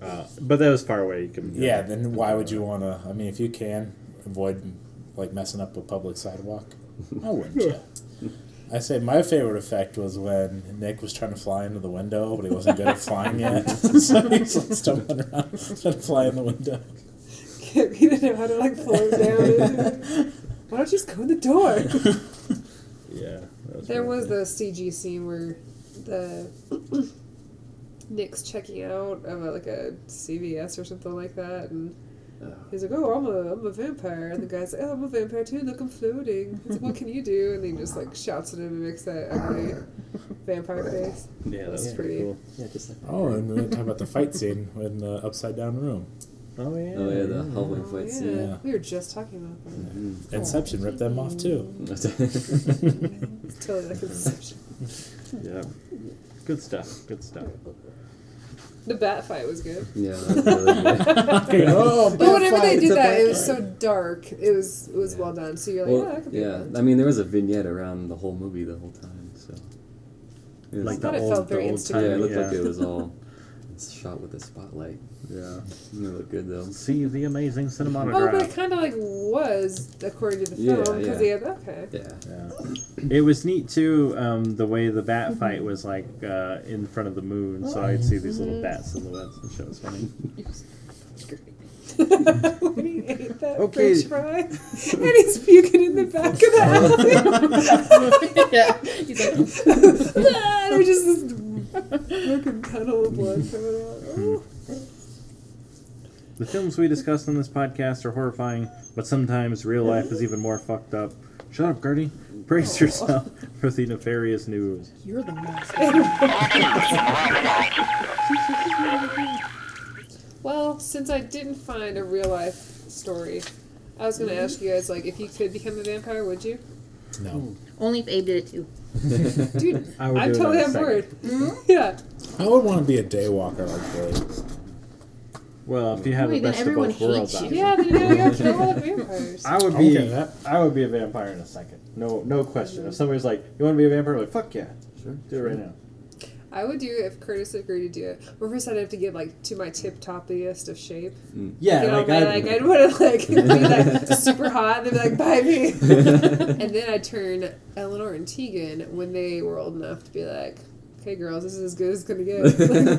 Speaker 2: Uh, but that was far away. You can
Speaker 5: Yeah, then why would you want to? I mean, if you can avoid like messing up a public sidewalk, why wouldn't you? I say my favorite effect was when Nick was trying to fly into the window, but he wasn't good at flying yet, so he's like stumbling around trying to fly in the window.
Speaker 3: he didn't know how to like float down. Why don't you just go in the door?
Speaker 2: yeah. that was
Speaker 3: There
Speaker 2: really
Speaker 3: was
Speaker 2: good.
Speaker 3: the CG scene where the Nick's checking out of a, like a CVS or something like that, and
Speaker 1: Uh-huh.
Speaker 3: he's like, "Oh, I'm a I'm a vampire," and the guy's like, "Oh, I'm a vampire too. Look, I'm floating. He's like, what can you do?" And he just like shouts at him and makes that ugly vampire face.
Speaker 2: yeah, that
Speaker 3: was
Speaker 2: was
Speaker 3: pretty-
Speaker 2: pretty cool.
Speaker 1: yeah, just like
Speaker 5: Oh, and we didn't talk about the fight scene in the upside down room.
Speaker 2: Oh yeah.
Speaker 1: Oh yeah, the hallway
Speaker 3: Oh,
Speaker 1: fight
Speaker 3: yeah.
Speaker 1: scene.
Speaker 5: Yeah.
Speaker 3: we were just talking about that.
Speaker 5: Inception ripped them off too.
Speaker 3: It's totally like Inception.
Speaker 2: yeah. Good stuff. Good stuff.
Speaker 3: The bat fight was good.
Speaker 1: yeah, that's really good.
Speaker 5: oh,
Speaker 3: But whenever they
Speaker 1: It's
Speaker 3: did
Speaker 1: a
Speaker 3: that,
Speaker 1: bat
Speaker 3: it was
Speaker 1: fight.
Speaker 3: so dark. It was it was well done. So you're like, oh,
Speaker 1: Well,
Speaker 3: that could be
Speaker 1: yeah,
Speaker 3: fun.
Speaker 1: I mean, there was a vignette around the whole movie the whole time, so. It was,
Speaker 2: Like
Speaker 3: thought
Speaker 2: the
Speaker 3: it
Speaker 2: old,
Speaker 3: felt very
Speaker 2: the old
Speaker 3: instant.
Speaker 2: time.
Speaker 1: yeah, it looked
Speaker 2: yeah.
Speaker 1: like it was all shot with a spotlight.
Speaker 2: yeah.
Speaker 1: It looked good though.
Speaker 2: See the amazing
Speaker 3: Oh, but
Speaker 2: cinematograph.
Speaker 3: it kind of like was according to the
Speaker 1: Yeah,
Speaker 3: film because
Speaker 1: yeah.
Speaker 3: he had okay.
Speaker 1: Yeah.
Speaker 2: yeah. It was neat too. Um, the way the bat fight was like uh, in front of the moon, so I'd see these little bat silhouettes, which was funny.
Speaker 3: when he ate that
Speaker 2: Okay.
Speaker 3: French fry, and he's puking in the back of the
Speaker 4: yeah. He's like,
Speaker 3: alley. Ah, There's just this fucking puddle of blood coming out. Oh.
Speaker 2: The films we discuss on this podcast are horrifying, but sometimes real life is even more fucked up. Shut up, Gertie. Brace yourself for the nefarious news.
Speaker 4: you're the monster.
Speaker 3: Well, since I didn't find a real life story, I was gonna ask you guys like if you could become a vampire, would you?
Speaker 5: No,
Speaker 4: Only if Abe did it too.
Speaker 3: Dude,
Speaker 2: I would
Speaker 3: I'm
Speaker 2: do it in
Speaker 3: totally
Speaker 2: a
Speaker 3: on
Speaker 2: second.
Speaker 3: board. Yeah.
Speaker 5: I would want to be a daywalker like Blade.
Speaker 2: Well, if you have
Speaker 4: Wait,
Speaker 2: the
Speaker 4: then
Speaker 2: best of
Speaker 4: everyone
Speaker 2: both worlds,
Speaker 4: hates you.
Speaker 2: option.
Speaker 3: Yeah, then you gotta kill all the vampires.
Speaker 2: I would
Speaker 5: I'm
Speaker 2: be.
Speaker 5: okay with that.
Speaker 2: I would be a vampire in a second. No, no question. If somebody's like, "You want to be a vampire?" I'm like, "Fuck yeah,
Speaker 1: Sure.
Speaker 2: do it right now."
Speaker 3: I would do it if Curtis agreed to do it. But first, I'd have to get like to my tip toppiest of shape.
Speaker 2: Yeah,
Speaker 3: you know,
Speaker 2: like,
Speaker 3: my,
Speaker 2: I'd,
Speaker 3: like I'd want to like be like super hot and they'd be like, "Buy me," and then I'd turn Eleanor and Tegan when they were old enough to be like, hey girls, this is as good as it's gonna get.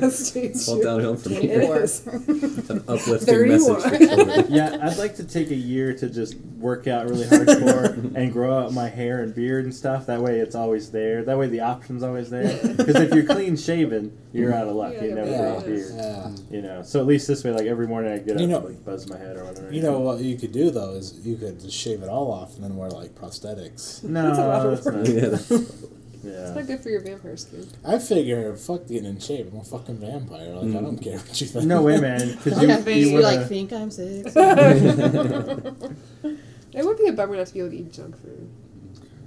Speaker 3: That's Jane's
Speaker 1: Fall
Speaker 3: shoot.
Speaker 1: downhill from
Speaker 3: It
Speaker 1: here.
Speaker 3: is.
Speaker 1: An uplifting
Speaker 3: 31.
Speaker 1: message for children.
Speaker 2: Yeah, I'd like to take a year to just work out really hardcore and grow out my hair and beard and stuff. That way, it's always there. That way, the option's always there. Because if you're clean shaven, you're out of luck.
Speaker 3: Yeah,
Speaker 2: you never
Speaker 3: yeah.
Speaker 2: grow a beard. You know. So at least this way, like every morning, I get up
Speaker 5: You know-
Speaker 2: and like buzz my head or whatever.
Speaker 5: You know what you could do though is you could just shave it all off and then wear like prosthetics.
Speaker 2: No,
Speaker 3: That's a lot of
Speaker 2: that's not.
Speaker 1: yeah, that's-
Speaker 3: It's
Speaker 2: Yeah.
Speaker 3: not good for your vampire skin.
Speaker 5: I figure, fuck getting in shape. I'm a fucking vampire. Like I don't care what you think.
Speaker 2: Mm. No way, man. Because you,
Speaker 4: Yeah,
Speaker 2: you
Speaker 4: you,
Speaker 2: wanna-
Speaker 4: like think I'm six.
Speaker 3: It would be a bummer not to be able to eat junk food.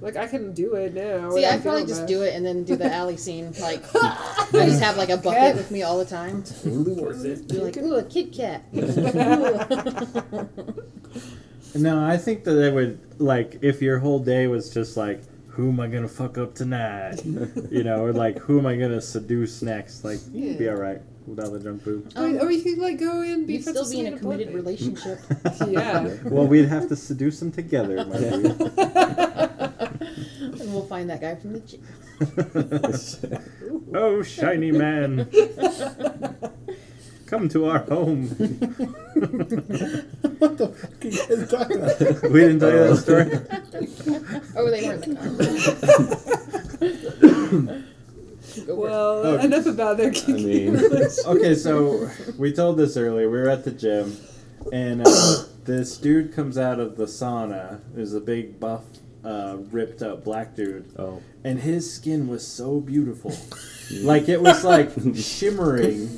Speaker 3: Like I can do it now.
Speaker 4: See, I probably just do it and then do the alley scene. Like, I just have like a bucket
Speaker 3: Cat.
Speaker 4: with me all the time.
Speaker 1: totally worth it.
Speaker 4: Be like, ooh, a Kit Kat.
Speaker 2: No, I think that it would like if your whole day was just like, who am I gonna fuck up tonight? you know, or like, who am I gonna seduce next? Like, you'd be
Speaker 3: Yeah.
Speaker 2: all right without the junk food.
Speaker 3: Or, or you could like go and be
Speaker 4: Um, You'd
Speaker 3: friends
Speaker 4: still
Speaker 3: with
Speaker 4: be in a
Speaker 3: Selena
Speaker 4: committed
Speaker 3: Boyle.
Speaker 4: relationship.
Speaker 3: Yeah.
Speaker 2: Well, we'd have to seduce them together, my dude.
Speaker 4: and we'll find that guy from the gym.
Speaker 2: oh, shiny man, come to our home.
Speaker 5: what the fuck are you guys talking about?
Speaker 2: We didn't tell you that story.
Speaker 4: Oh, they weren't in the car. Go work.
Speaker 3: Well,
Speaker 2: Oh.
Speaker 3: enough about their
Speaker 1: I
Speaker 3: kinky
Speaker 1: mean,
Speaker 2: okay, so we told this earlier. We were at the gym, and uh, this dude comes out of the sauna. There's a big buff, uh, ripped up black dude,
Speaker 1: oh,
Speaker 2: and his skin was so beautiful, like it was like shimmering.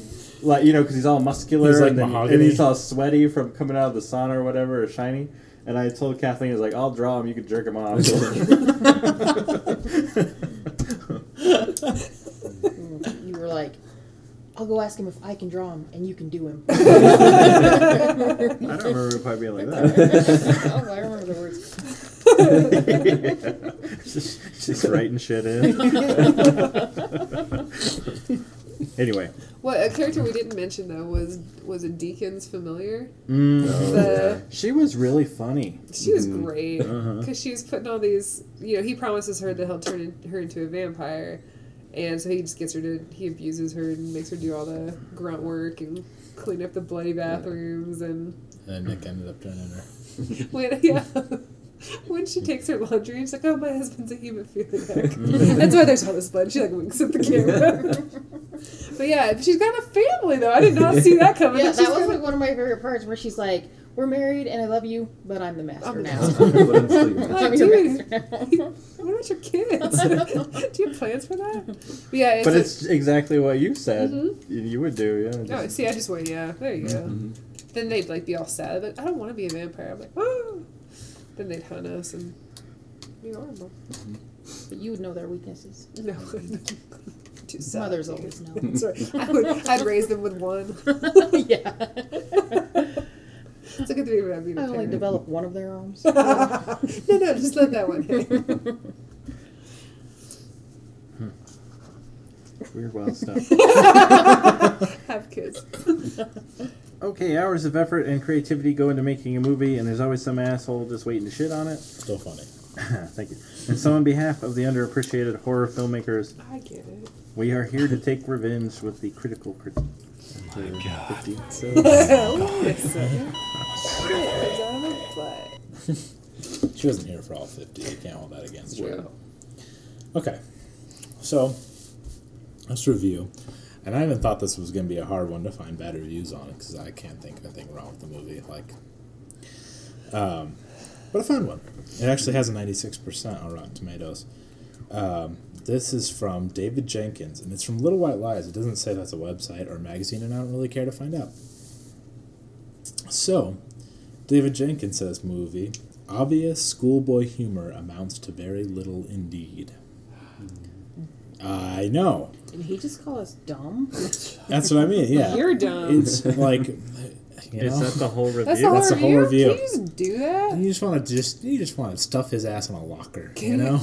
Speaker 2: Like you know, because he's all muscular
Speaker 5: He's like
Speaker 2: and, then- and
Speaker 5: mahogany.
Speaker 2: he's all sweaty from coming out of the sauna or whatever, or shiny. And I told Kathleen, I was like, "I'll draw him. You can jerk him off."
Speaker 4: You were like, I'll go ask him if I can draw him and you can do him.
Speaker 2: I don't remember it quite being like that.
Speaker 4: oh, I remember the words.
Speaker 2: She's she's writing shit in. anyway.
Speaker 3: What a character we didn't mention though was was a Deacon's familiar.
Speaker 2: Mm.
Speaker 1: Oh,
Speaker 3: The,
Speaker 2: She was really funny.
Speaker 3: She was great
Speaker 2: Uh-huh.
Speaker 3: because she's putting all these. You know, he promises her that he'll turn in, her into a vampire, and so he just gets her to. He abuses her and makes her do all the grunt work and clean up the bloody bathrooms and
Speaker 5: And Nick ended up turning her.
Speaker 3: when yeah. When she takes her laundry, she's like, "Oh, my husband's a hemophiliac. That's why there's all this blood." She like winks at the camera. but yeah, she's got a family though. I did not see that coming.
Speaker 4: Yeah,
Speaker 3: She's
Speaker 4: that was
Speaker 3: got a-
Speaker 4: like one of my favorite parts where she's like, We're married and I love you, but I'm the master
Speaker 3: I'm the
Speaker 4: now.
Speaker 3: master.
Speaker 1: but I'm still your
Speaker 3: Like,
Speaker 4: I'm your
Speaker 3: dude,
Speaker 4: master now.
Speaker 3: What about your kids? do you have plans for that? But yeah, it's
Speaker 2: But
Speaker 3: a-
Speaker 2: it's exactly what you said you- you would do. Yeah.
Speaker 3: Mm-hmm. No,
Speaker 2: Just-
Speaker 3: see, Oh, I just went, yeah, there you go.
Speaker 1: Mm-hmm.
Speaker 3: Then they'd like be all sad, like I don't want to be a vampire. I'm like, oh. Then they'd hunt us and be horrible.
Speaker 4: But you would know their weaknesses.
Speaker 3: No, too sad.
Speaker 4: Mothers always know.
Speaker 3: That's right. I would, I'd raise them with one.
Speaker 4: yeah.
Speaker 3: It's like a three would be
Speaker 4: I
Speaker 3: a
Speaker 4: only
Speaker 3: parent.
Speaker 4: develop one of their arms.
Speaker 3: no, no, just let that one hang.
Speaker 2: Weird, wild stuff.
Speaker 3: Have kids.
Speaker 2: okay, hours of effort and creativity go into making a movie, and there's always some asshole just waiting to shit on it.
Speaker 5: Still funny.
Speaker 2: Thank you. And so, on behalf of the underappreciated horror filmmakers,
Speaker 3: I get it.
Speaker 2: we are here to take revenge with the critical critique. My God.
Speaker 3: Oh, wait a second. Shit, I don't know, but-
Speaker 5: She wasn't here for all 50. You can't hold that against her.
Speaker 3: True.
Speaker 5: Okay. So, let's review. And I even thought this was going to be a hard one to find bad reviews on because I can't think of anything wrong with the movie. Like, um, but I found one. It actually has a 96% on Rotten Tomatoes. Um, this is from David Jenkins, and it's from Little White Lies. It doesn't say that's a website or a magazine, and I don't really care to find out. So, David Jenkins says movie obvious schoolboy humor amounts to very little indeed. I know.
Speaker 4: Did he just call us dumb?
Speaker 5: That's what I mean. Yeah,
Speaker 3: You're dumb.
Speaker 5: it's like you
Speaker 2: Is
Speaker 5: know,
Speaker 2: that the whole review?
Speaker 3: That's the whole
Speaker 5: That's the whole
Speaker 3: review.
Speaker 5: review.
Speaker 3: Can you just do that?
Speaker 5: you just want to just you just want to stuff his ass in a locker.
Speaker 3: Can
Speaker 5: you
Speaker 3: you-
Speaker 5: know,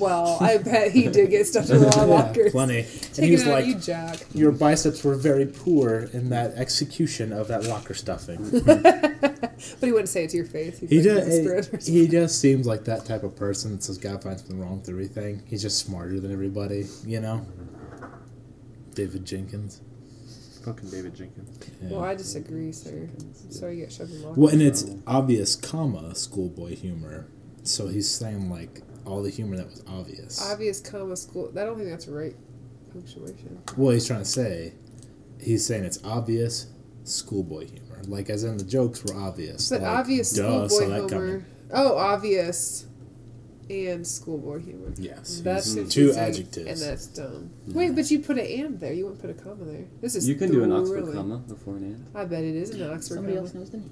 Speaker 3: Well, I bet he did get stuffed in a lot of
Speaker 5: yeah,
Speaker 3: lockers.
Speaker 5: plenty. and
Speaker 3: Take
Speaker 5: he
Speaker 3: it
Speaker 5: was
Speaker 3: out,
Speaker 5: like,
Speaker 3: you jock.
Speaker 5: "Your biceps were very poor in that execution of that locker stuffing."
Speaker 3: But he wouldn't say it to your face. He'd
Speaker 5: He
Speaker 3: like,
Speaker 5: does.
Speaker 3: whisper it or something.
Speaker 5: He just seems like that type of person that says God finds something wrong with everything. He's just smarter than everybody, you know. David Jenkins.
Speaker 2: Fucking David Jenkins.
Speaker 5: Yeah.
Speaker 3: Well, I disagree, sir. So you get shoved in lockers.
Speaker 5: Well, and it's obvious, comma, schoolboy humor. So he's saying, like, all the humor that was obvious.
Speaker 3: Obvious comma school. I don't think that's right punctuation.
Speaker 5: well, he's trying to say, he's saying it's obvious schoolboy humor. Like, as in the jokes were obvious.
Speaker 3: But
Speaker 5: like,
Speaker 3: obvious
Speaker 5: duh, saw
Speaker 3: schoolboy
Speaker 5: that
Speaker 3: humor.
Speaker 5: coming.
Speaker 3: Oh, obvious and schoolboy humor.
Speaker 5: Yes.
Speaker 1: Mm-hmm.
Speaker 3: That's
Speaker 5: he's-
Speaker 3: confusing,
Speaker 5: two adjectives.
Speaker 3: And that's dumb. Wait, but you put an and there. You wouldn't put a comma there. This is
Speaker 1: You can do an Oxford
Speaker 3: thrilling.
Speaker 1: comma before an and.
Speaker 3: I bet it is an Oxford
Speaker 4: Somebody
Speaker 3: comma.
Speaker 4: else knows the name.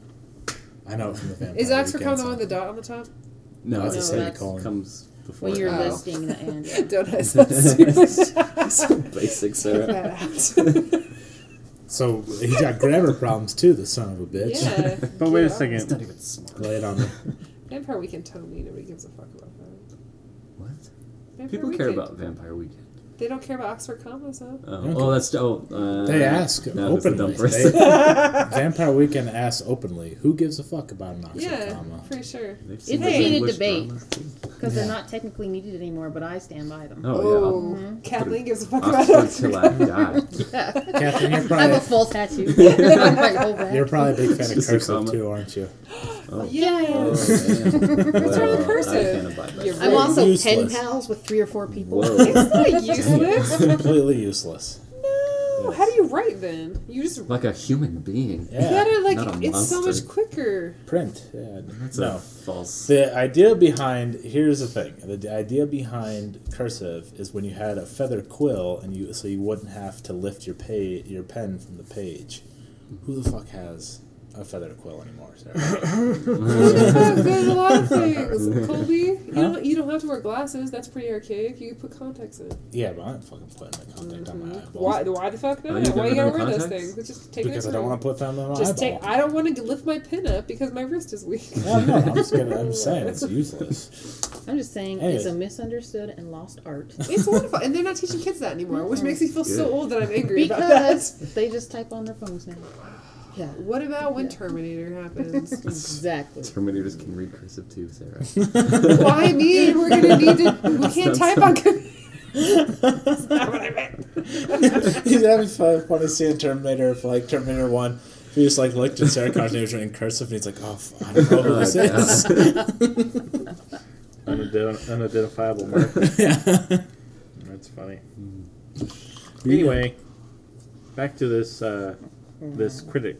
Speaker 5: I know it from the family.
Speaker 3: Is Oxford comma the one with the dot on the top?
Speaker 5: No, it's a
Speaker 4: No,
Speaker 5: city
Speaker 4: that's-
Speaker 5: colon.
Speaker 1: Comes before
Speaker 4: When you're
Speaker 3: Oh.
Speaker 1: an.
Speaker 4: listing the and. yeah.
Speaker 3: Don't I sound stupid?
Speaker 1: Basic
Speaker 3: Cut
Speaker 1: Sarah.
Speaker 3: that out.
Speaker 5: So he's got grammar problems too, the son of a bitch.
Speaker 4: Yeah.
Speaker 2: But wait a
Speaker 3: Yeah.
Speaker 1: It's not
Speaker 2: second.
Speaker 1: even smart.
Speaker 5: Lay it on me.
Speaker 3: Vampire Weekend told me nobody gives a fuck about that.
Speaker 1: What?
Speaker 3: Vampire
Speaker 1: People care
Speaker 3: Weekend.
Speaker 1: about Vampire Weekend.
Speaker 3: They don't care about Oxford commas, huh?
Speaker 1: Oh,
Speaker 5: Okay.
Speaker 1: oh that's oh. Uh,
Speaker 5: They ask
Speaker 1: no, that's a dumb
Speaker 5: openly.
Speaker 1: person.
Speaker 5: They- Vampire Weekend asks openly, who gives a fuck about an Oxford
Speaker 3: yeah,
Speaker 5: comma?
Speaker 3: pretty sure.
Speaker 1: They've
Speaker 4: It's
Speaker 1: seen those
Speaker 4: a heated
Speaker 1: English
Speaker 4: debate.
Speaker 1: dramas, too.
Speaker 4: Because they're not technically needed anymore, but I stand by them.
Speaker 1: Oh
Speaker 3: Kathleen gives a
Speaker 1: yeah.
Speaker 3: fuck about
Speaker 1: Oxford till
Speaker 3: Oxford.
Speaker 1: I die.
Speaker 4: Yeah.
Speaker 5: Catherine, you're
Speaker 4: I have a
Speaker 5: probably,
Speaker 4: full tattoo. My whole back.
Speaker 5: you're probably a big fan of
Speaker 1: Just a
Speaker 5: cursive
Speaker 1: comma.
Speaker 5: too, aren't you?
Speaker 1: Oh,
Speaker 3: Yes.
Speaker 1: damn. Well,
Speaker 3: with cursive?
Speaker 1: I can't abide by
Speaker 3: You're
Speaker 1: that.
Speaker 4: I'm also pen
Speaker 5: Useless.
Speaker 4: pals with three or four people.
Speaker 1: Whoa.
Speaker 3: It's not useless.
Speaker 5: Completely useless.
Speaker 3: No. How do you write then? You just
Speaker 1: Like a human being.
Speaker 3: you gotta like
Speaker 1: Not a
Speaker 3: it's so
Speaker 1: monster.
Speaker 3: much quicker.
Speaker 5: Print. Yeah.
Speaker 1: That's a
Speaker 5: No.
Speaker 1: false.
Speaker 5: The idea behind here's the thing. The d- idea behind cursive is when you had a feather quill and you so you wouldn't have to lift your pay your pen from the page. Who the fuck has a feather quill anymore? Sarah?
Speaker 3: There's a lot of things, Colby. You
Speaker 5: Huh?
Speaker 3: don't you don't have to wear glasses. That's pretty archaic. You put contacts in.
Speaker 5: yeah, but I don't fucking put my contact on my eyeballs.
Speaker 3: Why? Why the fuck
Speaker 1: Are
Speaker 3: not?
Speaker 1: you
Speaker 3: Why you
Speaker 1: never wearing
Speaker 3: gotta wear those
Speaker 1: contacts?
Speaker 3: things? Let's just take
Speaker 5: Because I
Speaker 3: it
Speaker 5: don't want to put them on my
Speaker 3: Just take.
Speaker 5: eyeball.
Speaker 3: I don't want to lift my pin up because my wrist is weak.
Speaker 5: Yeah, no, I'm just kidding. I'm saying it's useless.
Speaker 4: I'm just saying,
Speaker 5: Hey.
Speaker 4: it's a misunderstood and lost art.
Speaker 3: It's wonderful, and they're not teaching kids that anymore, which makes me feel so
Speaker 1: Good.
Speaker 3: old that I'm angry about that.
Speaker 4: Because they just type on their phones now. Yeah.
Speaker 3: What about when Terminator happens?
Speaker 4: Exactly.
Speaker 1: Terminators can read cursive too, Sarah.
Speaker 3: well, I mean, we're gonna need to. We
Speaker 1: That's
Speaker 3: can't type on. com- That's not what I meant.
Speaker 5: He's having fun, fun to see a Terminator, if, like Terminator 1. He just like looked at Sarah Connor's name was in cursive and he's like, oh, fuck, I don't know who this is.
Speaker 2: Unident- unidentifiable mark.
Speaker 5: yeah.
Speaker 2: That's funny. Anyway, back to this uh, this critic.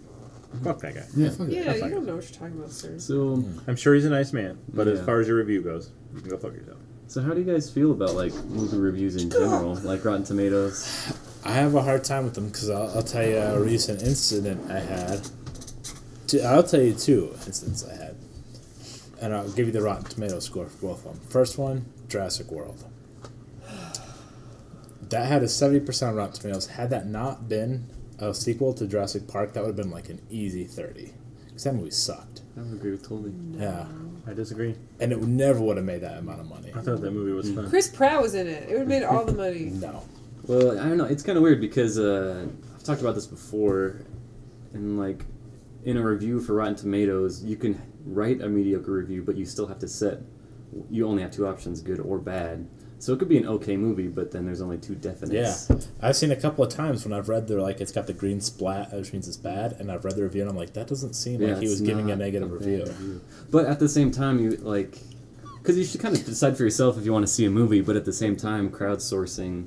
Speaker 2: Fuck that guy.
Speaker 5: Yeah, fuck it.
Speaker 3: Yeah, you
Speaker 2: fine.
Speaker 3: don't know what you're talking about, sir.
Speaker 1: so,
Speaker 2: I'm sure he's a nice man, but as
Speaker 1: Yeah.
Speaker 2: far as your review goes, you can go fuck yourself.
Speaker 1: so how do you guys feel about like movie reviews in general, like Rotten Tomatoes?
Speaker 5: I have a hard time with them because I'll, I'll tell you a recent incident I had. Two, I'll tell you two incidents I had. And I'll give you the Rotten Tomato score for both of them. First one Jurassic World. That had a 70% Rotten Tomatoes. Had that not been a sequel to Jurassic Park, that would have been like an easy 30. Because that movie sucked.
Speaker 1: I would agree with Tolby.
Speaker 5: Yeah.
Speaker 2: I disagree.
Speaker 5: And it never would have made that amount of money.
Speaker 2: I thought that movie was fun.
Speaker 3: Chris Pratt was in it. It would have made all the money.
Speaker 5: No.
Speaker 1: Well, I don't know. It's kind of weird because uh, I've talked about this before, and like in a review for Rotten Tomatoes, you can write a mediocre review, but you still have to set. You only have two options: good or bad. So it could be an okay movie, but then there's only two
Speaker 5: Yeah,
Speaker 1: definites.
Speaker 5: I've seen a couple of times when I've read they're like it's got the green splat, which means it's bad, and I've read the review and I'm like that doesn't seem like he
Speaker 1: it's
Speaker 5: was giving a
Speaker 1: not
Speaker 5: negative
Speaker 1: bad
Speaker 5: review.
Speaker 1: But at the same time, you like, because you should kind of decide for yourself if you want to see a movie. But at the same time, crowdsourcing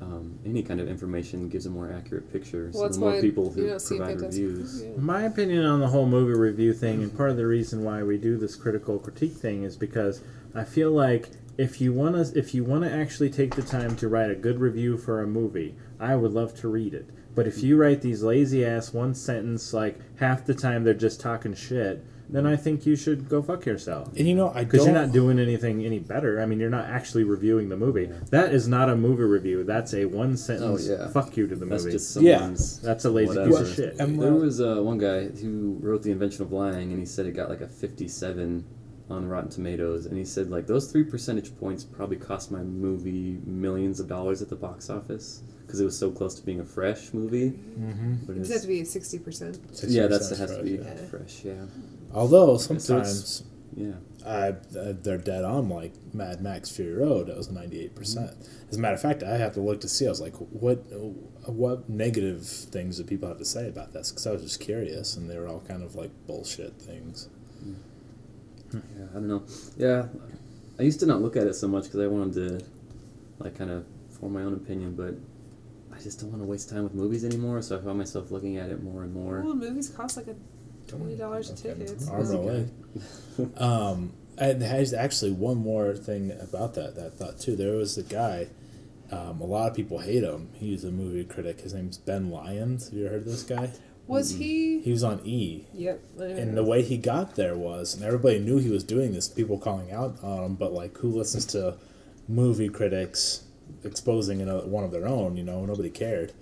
Speaker 1: um, any kind of information gives a more accurate picture. so
Speaker 3: Well, that's
Speaker 1: the more
Speaker 3: why
Speaker 1: people
Speaker 3: you
Speaker 1: who
Speaker 3: don't see
Speaker 1: provide
Speaker 3: fantastic
Speaker 1: reviews,
Speaker 3: movies.
Speaker 2: My opinion on the whole movie review thing, and part of the reason why we do this critical critique thing, is because I feel like if you want to, if you want to actually take the time to write a good review for a movie, I would love to read it. But if you write these lazy ass one sentence, like half the time they're just talking shit, then I think you should go fuck yourself.
Speaker 5: And you know, I
Speaker 2: Because
Speaker 5: don't.
Speaker 2: you're not doing anything any better. I mean, you're not actually reviewing the movie. That is not a movie review. That's a one sentence
Speaker 1: Oh, yeah.
Speaker 2: fuck you to the
Speaker 1: that's
Speaker 2: movie.
Speaker 1: just
Speaker 5: Yeah.
Speaker 1: someone's.
Speaker 2: That's a lazy
Speaker 1: Whatever.
Speaker 2: piece of shit.
Speaker 5: And
Speaker 1: There
Speaker 5: well-
Speaker 1: was uh, one guy who wrote The Invention of Lying, and he said it got like a 57 on Rotten Tomatoes, and he said like those three percentage points probably cost my movie millions of dollars at the box office because it was so close to being a fresh movie. Mm-hmm. But
Speaker 3: It
Speaker 1: it's,
Speaker 3: has to be sixty percent.
Speaker 1: yeah, that's it has to be
Speaker 5: Yeah.
Speaker 1: fresh. Yeah,
Speaker 5: Although
Speaker 1: it's-
Speaker 5: sometimes
Speaker 1: Yeah.
Speaker 5: I, uh, they're dead on like Mad Max Fury Road. That was ninety eight percent. As a matter of fact, I have to look to see. I was like, what what negative things do people have to say about this? Because I was just curious, and they were all kind of like bullshit things.
Speaker 1: Yeah, I don't know. Yeah, I used to not look at it so much because I wanted to, like, kind of form my own opinion, but I just don't want to waste time with movies anymore, so I found myself looking at it more and more.
Speaker 3: Well, movies cost like a twenty dollars a
Speaker 5: Okay.
Speaker 3: ticket.
Speaker 5: Arm
Speaker 3: so-
Speaker 5: away. um, and there's actually one more thing about that that I thought too. There was a guy. Um, a lot of people hate him. He's a movie critic. His name's Ben Lyons. Have you ever heard of this guy?
Speaker 3: Was he?
Speaker 5: He was on E.
Speaker 3: Yep.
Speaker 5: And the way he got there was, and everybody knew he was doing this, people calling out on him, but like, who listens to movie critics exposing another one of their own? You know, nobody cared.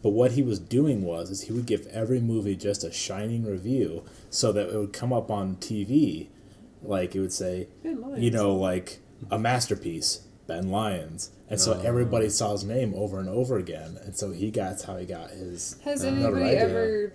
Speaker 5: But what he was doing was, is he would give every movie just a shining review so that it would come up on TV. Like, it would say,
Speaker 3: Ben Lyons.
Speaker 5: you know, like a masterpiece, Ben Lyons. And so
Speaker 3: Oh.
Speaker 5: everybody saw his name over and over again. And so he got, that's how he got his.
Speaker 3: Has
Speaker 5: uh,
Speaker 3: anybody
Speaker 5: notoriety.
Speaker 3: ever?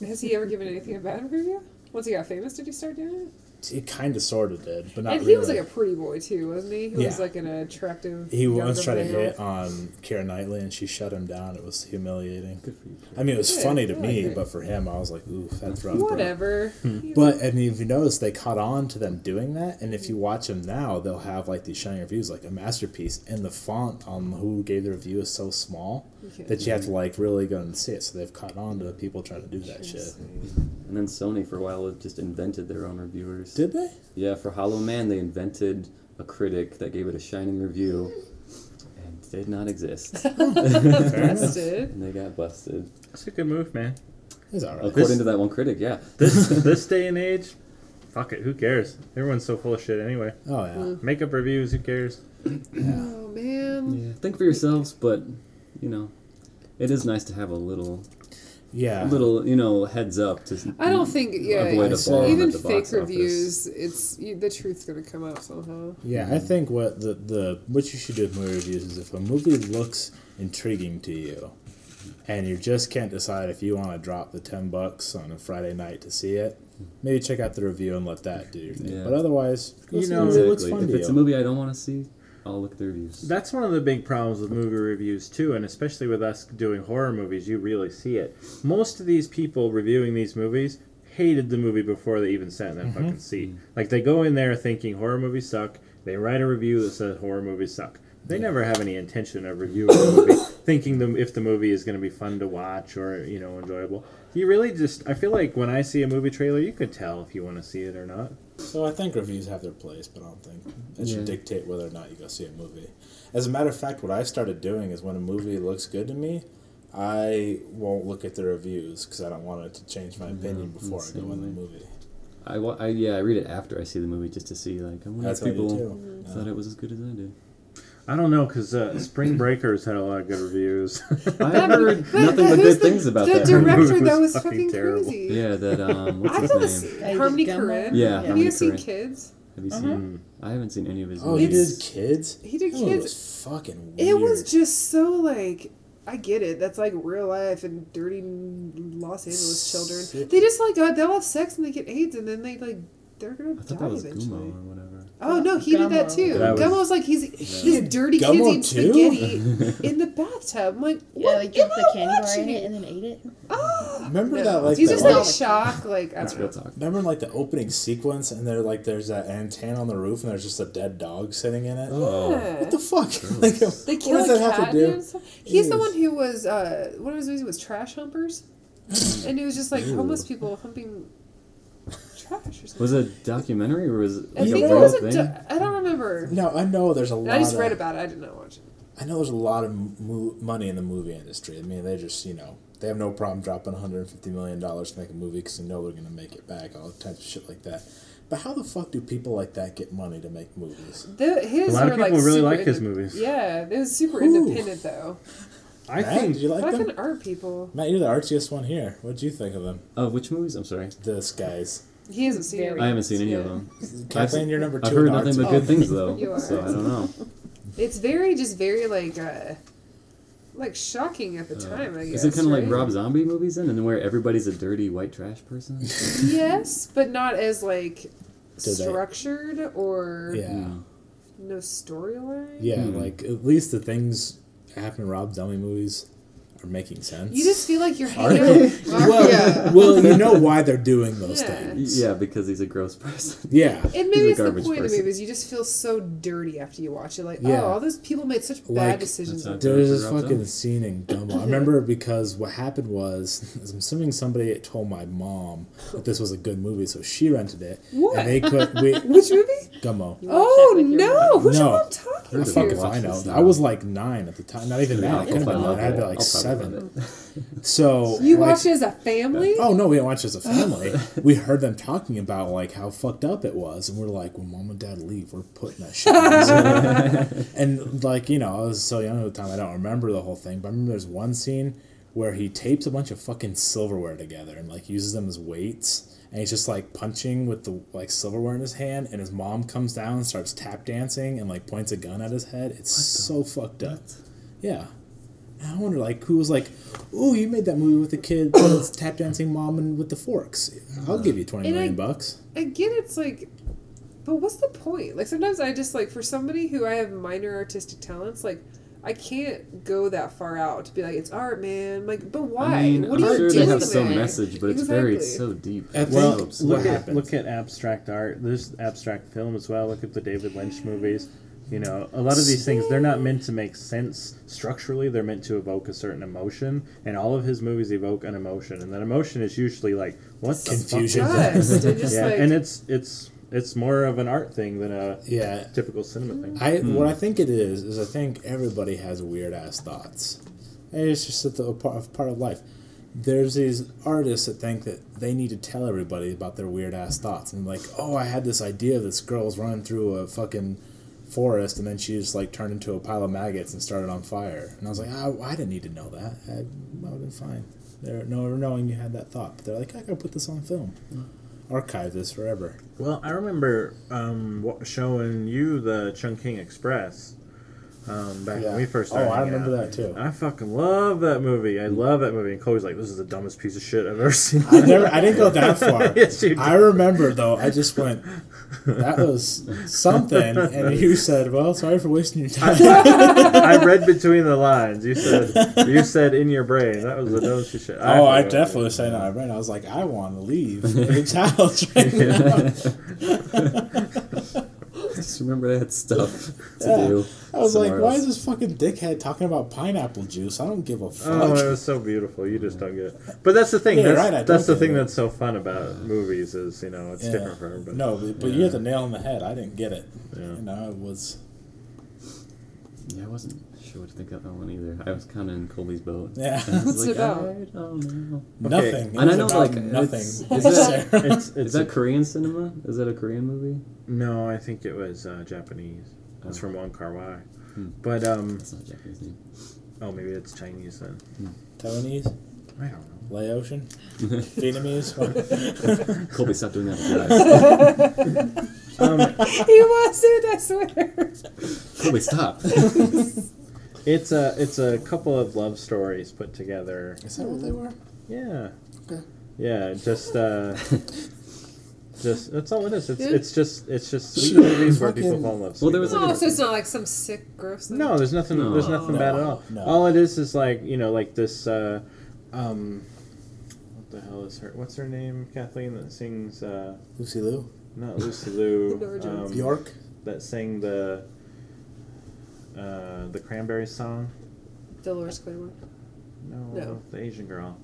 Speaker 3: has he ever given anything a bad review? Once he got famous, did he start doing it?
Speaker 5: He kind of sort of did, but not
Speaker 3: and
Speaker 5: really.
Speaker 3: he was like a pretty boy too, wasn't he? He
Speaker 5: Yeah.
Speaker 3: was like an attractive.
Speaker 5: He once
Speaker 3: younger
Speaker 5: tried to
Speaker 3: male.
Speaker 5: hit on Kira Knightley and she shut him down. It was humiliating.
Speaker 1: Good for you. Kate.
Speaker 5: I mean, it was
Speaker 3: Good,
Speaker 5: funny to
Speaker 3: I
Speaker 5: me,
Speaker 3: like it.
Speaker 5: but for him, I was like, ooh, that's rough. bro."
Speaker 3: Whatever. He's-
Speaker 5: Hmm. But, and if you notice, they caught on to them doing that. And if you watch them now, they'll have like these shining reviews, like a masterpiece. And the font on who gave the review is so small
Speaker 3: Okay.
Speaker 5: that you have to like really go and see it. So they've caught on to people trying to do that shit.
Speaker 1: And then Sony, for a while, just invented their own reviewers.
Speaker 5: Did they?
Speaker 1: Yeah, for Hollow Man, they invented a critic that gave it a shining review and did not exist.
Speaker 3: Busted.
Speaker 1: and they got busted.
Speaker 2: That's a good move, man.
Speaker 5: It's all right.
Speaker 1: According to that one critic, yeah.
Speaker 2: This this day and age, fuck it. Who cares? Everyone's so full of shit anyway.
Speaker 5: Oh, yeah.
Speaker 2: Makeup reviews. Who cares?
Speaker 6: Oh man.
Speaker 1: yeah. Think for yourselves, but, you know, it is nice to have a little,
Speaker 5: Yeah.
Speaker 1: little, you know, heads up to.
Speaker 6: I don't think. Yeah.
Speaker 1: Mm, Avoid
Speaker 5: a bomb
Speaker 6: even
Speaker 1: at the
Speaker 6: fake
Speaker 1: box
Speaker 6: reviews, it's you, the truth's gonna come out somehow.
Speaker 5: Yeah, I think what the, the what you should do with movie reviews is if a movie looks intriguing to you, and you just can't decide if you want to drop the ten bucks on a Friday night to see it, maybe check out the review and let that do your thing.
Speaker 1: Yeah.
Speaker 5: But otherwise, go
Speaker 2: You
Speaker 5: see
Speaker 2: know,
Speaker 5: it. it looks
Speaker 1: Exactly.
Speaker 5: fun
Speaker 1: If
Speaker 5: to
Speaker 1: it's
Speaker 5: you.
Speaker 1: a movie I don't want to see, I'll look at the reviews.
Speaker 2: That's one of the big problems with movie reviews too, and especially with us doing horror movies, you really see it. Most of these people reviewing these movies hated the movie before they even sat in that fucking seat. Like they go in there thinking horror movies suck. They write a review that says horror movies suck. They never have any intention of reviewing the movie, thinking them if the movie is going to be fun to watch or you know enjoyable. You really just, I feel like when I see a movie trailer, you could tell if you want to see it or not.
Speaker 5: So I think reviews have their place, but I don't think it should
Speaker 1: Yeah.
Speaker 5: dictate whether or not you go see a movie. As a matter of fact, what I started doing is when a movie looks good to me, I won't look at the reviews because I don't want it to change my opinion before I go in the
Speaker 1: same way.
Speaker 5: movie.
Speaker 1: I, wa- I yeah, I read it after I see the movie just to see like I wonder
Speaker 5: That's
Speaker 1: if
Speaker 5: what I do
Speaker 1: people
Speaker 5: too.
Speaker 3: Mm-hmm.
Speaker 5: Yeah.
Speaker 1: thought it was as good as I did.
Speaker 2: I don't know because uh, Spring Breakers had a lot of good reviews.
Speaker 1: I heard
Speaker 6: But
Speaker 1: nothing but
Speaker 6: who's the-
Speaker 1: good things about
Speaker 6: the
Speaker 1: that.
Speaker 6: director
Speaker 2: It
Speaker 6: that
Speaker 2: was
Speaker 6: was
Speaker 2: fucking
Speaker 6: fucking
Speaker 2: terrible.
Speaker 6: crazy.
Speaker 1: Yeah, that um, what's
Speaker 3: I
Speaker 1: his
Speaker 3: thought
Speaker 1: name?
Speaker 3: it's
Speaker 4: David
Speaker 3: Harmony
Speaker 4: Gilmour?
Speaker 3: Korine.
Speaker 1: Yeah,
Speaker 3: Have you
Speaker 1: Harmony
Speaker 3: seen
Speaker 1: Korine.
Speaker 3: Kids?
Speaker 1: Have you seen? I haven't seen any of his.
Speaker 5: Oh, he
Speaker 1: movies.
Speaker 5: did kids.
Speaker 3: He did
Speaker 5: That
Speaker 3: kids.
Speaker 5: Was fucking Oh, weird.
Speaker 3: It was just so like I get it. That's like real life and dirty Los Angeles children.
Speaker 5: Sick.
Speaker 3: They just like uh, they'll have sex and they get AIDS and then they like they're gonna
Speaker 1: I
Speaker 3: die
Speaker 1: thought that was Gumo
Speaker 3: eventually.
Speaker 1: or whatever.
Speaker 3: Oh no, he did that
Speaker 4: Gummo.
Speaker 3: too.
Speaker 2: That was-
Speaker 3: Gummo was like he's this dirty kid
Speaker 5: Gummo
Speaker 3: eating
Speaker 5: too?
Speaker 3: spaghetti in the bathtub. I'm like
Speaker 4: Yeah,
Speaker 3: what
Speaker 4: like dumped
Speaker 3: am
Speaker 4: the
Speaker 3: I
Speaker 4: candy bar in
Speaker 3: watching?
Speaker 4: it and then ate it.
Speaker 3: Ah!
Speaker 5: Remember
Speaker 3: No.
Speaker 5: that like
Speaker 3: he's
Speaker 5: the,
Speaker 3: just
Speaker 5: like,
Speaker 3: like shocked. Like I
Speaker 1: That's
Speaker 3: don't know.
Speaker 1: real talk.
Speaker 5: remember like the opening sequence and there like there's that antenna on the roof and there's just a dead dog sitting in
Speaker 1: Oh.
Speaker 5: it.
Speaker 7: Oh.
Speaker 3: Yeah.
Speaker 5: What the fuck? like,
Speaker 3: They
Speaker 5: what
Speaker 3: kill
Speaker 5: does
Speaker 3: a
Speaker 5: that have
Speaker 3: cat
Speaker 5: to
Speaker 3: and
Speaker 5: do?
Speaker 3: everything. He's the
Speaker 5: Ew.
Speaker 3: one who was uh, one of his movies was trash humpers, and it was just like homeless people humping trash or something.
Speaker 1: Was it a documentary or was it
Speaker 3: I
Speaker 1: like
Speaker 3: think
Speaker 1: a
Speaker 3: it
Speaker 1: real
Speaker 3: was
Speaker 1: thing?
Speaker 3: a. du- I don't remember.
Speaker 5: No, I know there's a lot.
Speaker 3: I just
Speaker 5: of,
Speaker 3: read about it. I did not watch it.
Speaker 5: I know there's a lot of mo- money in the movie industry. I mean, they just you know they have no problem dropping 150 million dollars to make a movie because they know they're gonna make it back. All types of shit like that. But how the fuck do people like that get money to make movies?
Speaker 3: The, his
Speaker 2: A lot of
Speaker 3: were, like,
Speaker 2: people really
Speaker 3: super
Speaker 2: like his
Speaker 3: inde-
Speaker 2: movies.
Speaker 3: Yeah, it was super
Speaker 5: Ooh.
Speaker 3: independent though.
Speaker 2: I
Speaker 5: Matt,
Speaker 2: think
Speaker 5: did you like them?
Speaker 3: Fucking art people.
Speaker 5: Matt, you're the artsiest one here. What'd you think of them?
Speaker 1: Oh, which movies? I'm sorry,
Speaker 5: This guy's.
Speaker 3: He hasn't seen it.
Speaker 1: I haven't seen any of
Speaker 3: Yeah.
Speaker 1: them.
Speaker 5: Kathleen, you're number two.
Speaker 1: I've heard
Speaker 5: in
Speaker 1: nothing
Speaker 5: artsy.
Speaker 1: but good things though,
Speaker 3: You are.
Speaker 1: so I don't know.
Speaker 3: It's very just very like uh, like shocking at the time. I
Speaker 1: Uh,
Speaker 3: guess.
Speaker 1: Is it kind of like
Speaker 3: right?
Speaker 1: Rob Zombie movies then, and where everybody's a dirty white trash person?
Speaker 3: Yes, but not as like
Speaker 5: Did they-
Speaker 7: structured or
Speaker 5: Oh, Yeah.
Speaker 7: no storyline.
Speaker 5: Yeah,
Speaker 1: Hmm.
Speaker 5: like at least the things that happen in Rob Zombie movies are making sense.
Speaker 7: You just feel like you're
Speaker 5: Are
Speaker 7: hanging out.
Speaker 5: well,
Speaker 3: Yeah.
Speaker 5: well, you know why they're doing those
Speaker 7: Yeah.
Speaker 1: Y-
Speaker 5: things.
Speaker 1: Yeah, because he's a gross person.
Speaker 5: Yeah.
Speaker 7: And
Speaker 1: He's
Speaker 7: maybe
Speaker 1: a
Speaker 7: it's the
Speaker 1: garbage
Speaker 7: point of the
Speaker 1: person.
Speaker 7: movie is you just feel so dirty after you watch it. Like,
Speaker 5: Yeah.
Speaker 7: oh, all those people made such bad
Speaker 5: Like-
Speaker 7: decisions.
Speaker 1: That's
Speaker 5: There was
Speaker 1: Director
Speaker 5: this
Speaker 1: Rob
Speaker 5: fucking
Speaker 1: Zombie.
Speaker 5: scene in Gumball. I remember because what happened was, is I'm assuming somebody had told my mom that this was a good movie, so she rented it.
Speaker 7: What?
Speaker 5: And they could wait
Speaker 7: Which movie?
Speaker 5: Gummo.
Speaker 4: You watch
Speaker 7: Oh
Speaker 4: that with your
Speaker 7: no!
Speaker 4: mom.
Speaker 7: Who's
Speaker 5: No.
Speaker 7: your mom talking
Speaker 1: They're
Speaker 5: I
Speaker 1: Dude,
Speaker 5: fucking
Speaker 1: I'll watch
Speaker 5: find
Speaker 1: this
Speaker 5: out.
Speaker 1: now.
Speaker 5: I was like nine at the time. Not even now.
Speaker 1: I'll
Speaker 5: I could have been
Speaker 1: find
Speaker 5: nine.
Speaker 1: out.
Speaker 5: I'd be like
Speaker 1: I'll find out.
Speaker 5: seven. So
Speaker 7: You
Speaker 5: like,
Speaker 7: watched it as a family?
Speaker 5: Oh no, we didn't watch it as a family. we heard them talking about like how fucked up it was, and we're like, when mom and dad leave, we're putting that shit. on Zoom." and like you know, I was so young at the time, I don't remember the whole thing, but I remember there's one scene where he tapes a bunch of fucking silverware together and like uses them as weights. And he's just like punching with the like silverware in his hand, and his mom comes down and starts tap dancing and like points a gun at his head. It's so fucked up. Yeah. And I wonder, like, who was like, "Oh, you made that movie with the kid that's tap dancing mom and with the forks. I'll give you twenty
Speaker 7: And I-
Speaker 5: million bucks."
Speaker 7: I get it's like, but what's the point? Like sometimes I just like for somebody who I have minor artistic talents, like I can't go that far out to be like it's art, man. Like, but why?
Speaker 1: I mean,
Speaker 7: what
Speaker 1: I'm
Speaker 7: are you
Speaker 1: sure
Speaker 7: doing?
Speaker 1: they have some
Speaker 7: there?
Speaker 1: message, but it's very it's
Speaker 7: Exactly.
Speaker 1: so deep.
Speaker 5: I
Speaker 1: It's
Speaker 5: think-
Speaker 1: so
Speaker 2: Well,
Speaker 1: absurd.
Speaker 2: look at,
Speaker 5: happens?
Speaker 2: look at abstract art. There's abstract film as well. Look at the David Lynch movies. You know, a lot of these things they're not meant to make sense structurally. They're meant to evoke a certain emotion, and all of his movies evoke an emotion, and that emotion is usually like what the fuck is
Speaker 5: Confusion.
Speaker 2: that?
Speaker 7: Just, and just
Speaker 2: Yeah,
Speaker 7: like,
Speaker 2: and it's it's it's more of an art thing than a
Speaker 5: Yeah,
Speaker 2: typical cinema thing.
Speaker 5: I what I think it is is I think everybody has weird ass thoughts. And it's just a, th- a part of part of life. There's these artists that think that they need to tell everybody about their weird ass thoughts and like, oh, I had this idea. This girl was running through a fucking forest and then she just like turned into a pile of maggots and started on fire. And I was like, oh, I didn't need to know that. I, I would have been fine. They're no knowing you had that thought. But they're like, I gotta put this on film, archive this forever.
Speaker 2: Well, I remember um, wa- showing you the Chungking Express um, back when we first started.
Speaker 5: Oh, I
Speaker 2: hanging
Speaker 5: remember
Speaker 2: out.
Speaker 5: that too.
Speaker 2: I fucking love that movie. I love that movie. And Chloe's like, this is the dumbest piece of shit I've ever seen.
Speaker 5: I never. I didn't go that far.
Speaker 2: Yes, you did.
Speaker 5: I remember though. I just went. That was something, and you said, "Well, sorry for wasting your time."
Speaker 2: I read between the lines. You said, you said in your brain. That was the dumbest piece of shit.
Speaker 5: oh, I
Speaker 2: thought-
Speaker 5: definitely said that. Right? I was like, "I want to leave the house right now."
Speaker 1: Just remember I had stuff to
Speaker 5: Yeah.
Speaker 1: do.
Speaker 5: I was like,
Speaker 1: somewhere
Speaker 5: "Why
Speaker 1: else.
Speaker 5: is this fucking dickhead talking about pineapple juice? I don't give a fuck."
Speaker 2: Oh, it was so beautiful. You just don't get. It. But that's the thing.
Speaker 5: Yeah,
Speaker 2: that's
Speaker 5: right, I don't
Speaker 2: that's the
Speaker 5: get
Speaker 2: thing
Speaker 5: it.
Speaker 2: that's so fun about movies is you know it's
Speaker 5: Yeah.
Speaker 2: different for everybody.
Speaker 5: No, but, but you hit the nail on the head. I didn't get it.
Speaker 2: Yeah.
Speaker 5: You know, it was.
Speaker 1: Yeah, I wasn't sure what to think of that one either. I was kind of in Colby's boat.
Speaker 5: Yeah.
Speaker 1: I was
Speaker 7: What's it
Speaker 1: like,
Speaker 7: about?
Speaker 1: I don't know.
Speaker 5: Nothing. It
Speaker 1: And I
Speaker 5: was
Speaker 1: know,
Speaker 5: about
Speaker 1: like,
Speaker 5: nothing.
Speaker 1: it's- is
Speaker 5: necessarily.
Speaker 2: It's, it's
Speaker 1: Is that Korean cinema? Is that a Korean movie?
Speaker 2: No, I think it was uh, Japanese. It's
Speaker 1: Oh.
Speaker 2: from Wong Kar Wai.
Speaker 1: Hmm.
Speaker 2: But um,
Speaker 1: That's not a Japanese name.
Speaker 2: oh, maybe it's Chinese then.
Speaker 5: Taiwanese,
Speaker 2: I don't know.
Speaker 5: Laotian, Vietnamese.
Speaker 1: Colby, stop doing that. With your eyes.
Speaker 2: Um,
Speaker 7: he wasn't. I swear.
Speaker 1: Colby, stop.
Speaker 2: It's a it's a couple of love stories put together.
Speaker 5: Is that what they were?
Speaker 2: Yeah.
Speaker 5: Okay.
Speaker 2: Yeah, just uh, just that's all it is. It's
Speaker 7: Yeah.
Speaker 2: it's just it's just sweet movies where people
Speaker 5: Fucking-
Speaker 2: fall in love.
Speaker 1: Well, there
Speaker 2: Sweet
Speaker 1: was a
Speaker 7: Oh,
Speaker 2: movies.
Speaker 7: so it's not like some sick, gross. thing.
Speaker 2: No, there's nothing.
Speaker 1: No.
Speaker 2: There's nothing bad at all.
Speaker 5: No.
Speaker 2: All it is is like you know, like this. Uh, um, what the hell is her? What's her name? Kathleen that sings. Uh,
Speaker 5: Lucy Lou?
Speaker 2: Not Lucy Lou.
Speaker 7: Nora Jones.
Speaker 2: um,
Speaker 5: Bjork?
Speaker 2: that sang the uh, the Cranberries song.
Speaker 7: Dolores Claiborne.
Speaker 2: No,
Speaker 7: No.
Speaker 2: the Asian girl.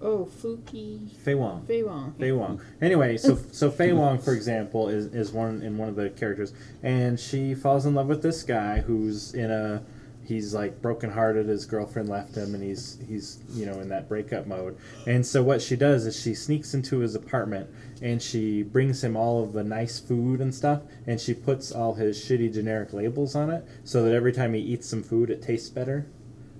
Speaker 4: Oh, Fuki
Speaker 2: Fei Wong.
Speaker 4: Fei Wong.
Speaker 2: Fei Wong. Anyway, so so Fei Wong, for example, is, is one in one of the characters, and she falls in love with this guy who's in a he's like brokenhearted. His girlfriend left him, and he's he's you know in that breakup mode. And so what she does is she sneaks into his apartment and she brings him all of the nice food and stuff, and she puts all his shitty generic labels on it, so that every time he eats some food, it tastes better.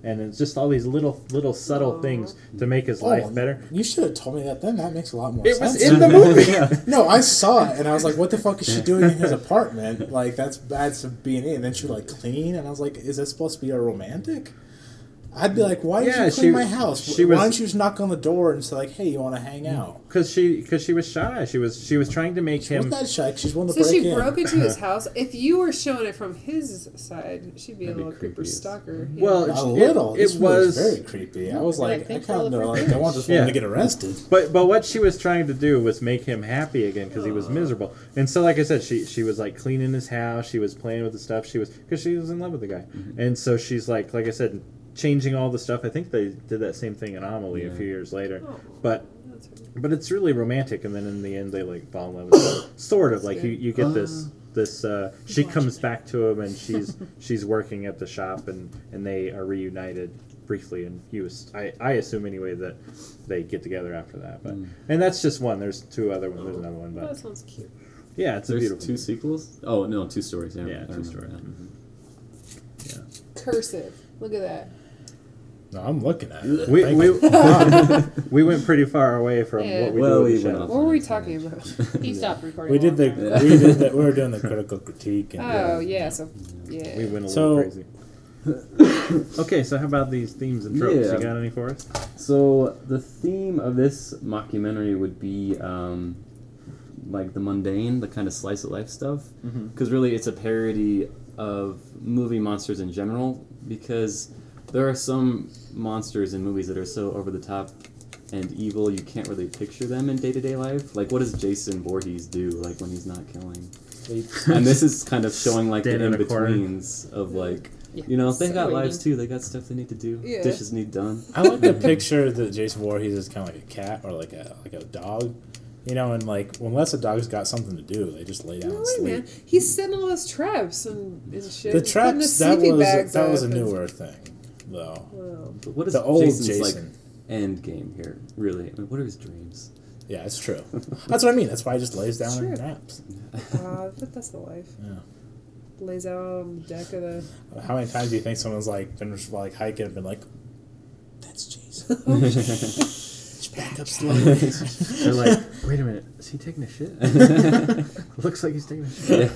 Speaker 2: And it's just all these little little subtle
Speaker 7: Aw.
Speaker 2: things to make his life better.
Speaker 5: You should have told me that then. That makes a lot more
Speaker 2: It
Speaker 5: sense.
Speaker 2: was in the movie.
Speaker 5: no, I saw it and I was like, what the fuck is she doing in his apartment? Like, that's bad to being in. And then she would, like, clean. And I was like, is this supposed to be a romantic? I'd be like, why did
Speaker 2: Yeah,
Speaker 5: you
Speaker 2: she-
Speaker 5: clean my house?
Speaker 2: she
Speaker 5: why
Speaker 2: was-
Speaker 5: don't you just knock on the door and say like, hey, you want to hang out?
Speaker 2: because she because she was shy. She was she was trying to make
Speaker 5: Wasn't
Speaker 2: him.
Speaker 5: that shy? She's one to
Speaker 3: So
Speaker 5: break
Speaker 3: she
Speaker 5: in.
Speaker 3: broke into his house. If you were showing it from his side, she'd be
Speaker 1: That'd be
Speaker 3: a little creeper
Speaker 1: creepy as-
Speaker 3: stalker. yeah.
Speaker 2: Well,
Speaker 5: a
Speaker 2: it-
Speaker 5: little.
Speaker 2: It,
Speaker 5: This was,
Speaker 2: was
Speaker 5: very creepy. I was
Speaker 4: But I
Speaker 5: like, I,
Speaker 4: think
Speaker 5: kind
Speaker 4: all
Speaker 5: of
Speaker 4: the
Speaker 5: like, I want this
Speaker 2: Yeah.
Speaker 5: woman to get arrested.
Speaker 2: But but what she was trying to do was make him happy again because he was miserable. And so, like I said, she she was like cleaning his house. She was playing with the stuff. She was because she was in love with the guy. And so she's like, like I said, changing all the stuff. I think they did that same thing in Amelie a
Speaker 1: Yeah.
Speaker 2: few years later.
Speaker 3: Oh.
Speaker 2: But
Speaker 3: That's right.
Speaker 2: but it's really romantic. And then in the end, they like fall in love. With each other. sort of like you you get this this uh, she comes back to him and she's she's working at the shop and and they are reunited briefly and he was I, I assume anyway that they get together after that
Speaker 1: Mm. Hmm.
Speaker 2: but and that's just one there's two other ones there's another one
Speaker 3: Oh, that
Speaker 2: but
Speaker 3: sounds cute.
Speaker 2: yeah it's a
Speaker 1: There's
Speaker 2: beautiful
Speaker 1: two sequels. Oh no, two stories. I
Speaker 2: yeah
Speaker 1: remember- I
Speaker 2: two
Speaker 1: remember
Speaker 2: story
Speaker 1: now.
Speaker 2: Mhm.
Speaker 3: Cursive. Look at that.
Speaker 5: No, I'm looking at it.
Speaker 2: we,
Speaker 5: Thank
Speaker 2: we,
Speaker 5: you.
Speaker 3: Oh,
Speaker 2: we went pretty far away from
Speaker 3: Yeah.
Speaker 2: what we
Speaker 1: Well,
Speaker 2: do
Speaker 1: we
Speaker 2: with the
Speaker 1: went
Speaker 2: shadow.
Speaker 1: off.
Speaker 3: What were we talking about?
Speaker 4: He stopped recording.
Speaker 5: we did the
Speaker 4: a long time.
Speaker 1: Yeah.
Speaker 5: we did the, we were doing the critical critique and
Speaker 3: Oh yeah, so yeah.
Speaker 2: we went a
Speaker 5: So-
Speaker 2: little crazy okay so how about these themes and tropes
Speaker 1: Yeah.
Speaker 2: you got any for us
Speaker 1: So the theme of this mockumentary would be um, like the mundane, the kind of slice of life stuff,
Speaker 2: Mhm.
Speaker 1: because really it's a parody of movie monsters in general. Because there are some monsters in movies that are so over the top and evil, you can't really picture them in day to day life. Like what does Jason Voorhees do, like when he's not killing? and this is kind of showing like
Speaker 2: Stand
Speaker 1: the
Speaker 2: in
Speaker 1: in
Speaker 2: a corner.
Speaker 1: betweens of like.
Speaker 4: Yeah.
Speaker 1: You know, they got
Speaker 4: Sorry.
Speaker 1: lives too. They got stuff they need to do.
Speaker 8: Yeah.
Speaker 1: Dishes need done.
Speaker 5: I like the picture that Jason Voorhees is kind of like a cat or like a like a dog, you know, and like unless a dog's got something to do, they just lay down
Speaker 3: No
Speaker 5: and
Speaker 3: way,
Speaker 5: sleep.
Speaker 3: man. He's setting all those traps and, and shit.
Speaker 8: Putting
Speaker 5: The
Speaker 8: the
Speaker 5: traps that
Speaker 8: sleeping
Speaker 5: was
Speaker 8: bags
Speaker 5: that was a
Speaker 8: up and-
Speaker 5: newer thing, though.
Speaker 3: Wow.
Speaker 1: But what is
Speaker 5: The old
Speaker 1: Jason's like
Speaker 5: Jason.
Speaker 1: end game here, really. I mean, what are his dreams?
Speaker 5: yeah, it's true. That's what I mean. That's why he just lays down and
Speaker 3: Sure.
Speaker 5: naps.
Speaker 3: Wow, uh, but that's the life.
Speaker 5: Yeah.
Speaker 3: Lays out on the deck of the.
Speaker 5: How many times do you think someone's like been just, like hiking and been like, "That's Jason." Just back up slowly.
Speaker 2: they're like wait a minute is he taking a shit looks like he's taking a shit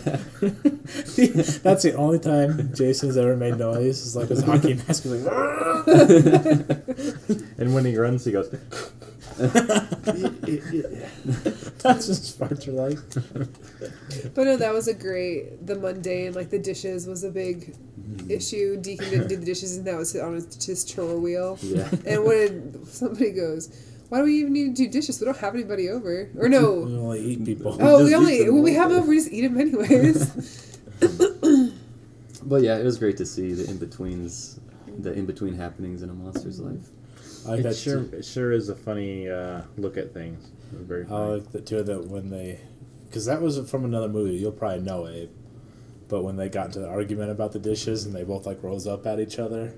Speaker 5: That's the only time Jason's ever made noise. It's like his hockey mask is like.
Speaker 2: And when he runs, he goes.
Speaker 5: That's just farts are like.
Speaker 3: But no, that was a great. The mundane, like the dishes, was a big
Speaker 5: Mm-hmm.
Speaker 3: issue. Deacon didn't do the dishes, and that was on his, his chore wheel.
Speaker 1: yeah.
Speaker 3: And when somebody goes, "Why do we even need to do dishes? We don't have anybody over." Or no,
Speaker 5: We only eat people.
Speaker 3: oh,
Speaker 1: just
Speaker 3: we
Speaker 1: eat
Speaker 3: only
Speaker 1: them
Speaker 3: when we
Speaker 1: all
Speaker 3: have
Speaker 1: day.
Speaker 3: them, we just eat them anyways.
Speaker 1: But yeah, it was great to see the in betweens, the in between happenings in a monster's life.
Speaker 5: I like
Speaker 2: It
Speaker 5: that
Speaker 2: sure,
Speaker 5: too.
Speaker 2: it sure is a funny uh, look at things. It was Very
Speaker 5: I
Speaker 2: funny.
Speaker 5: like that too. That when they, because that was from another movie. You'll probably know it. But when they got into the argument about the dishes and they both like rose up at each other.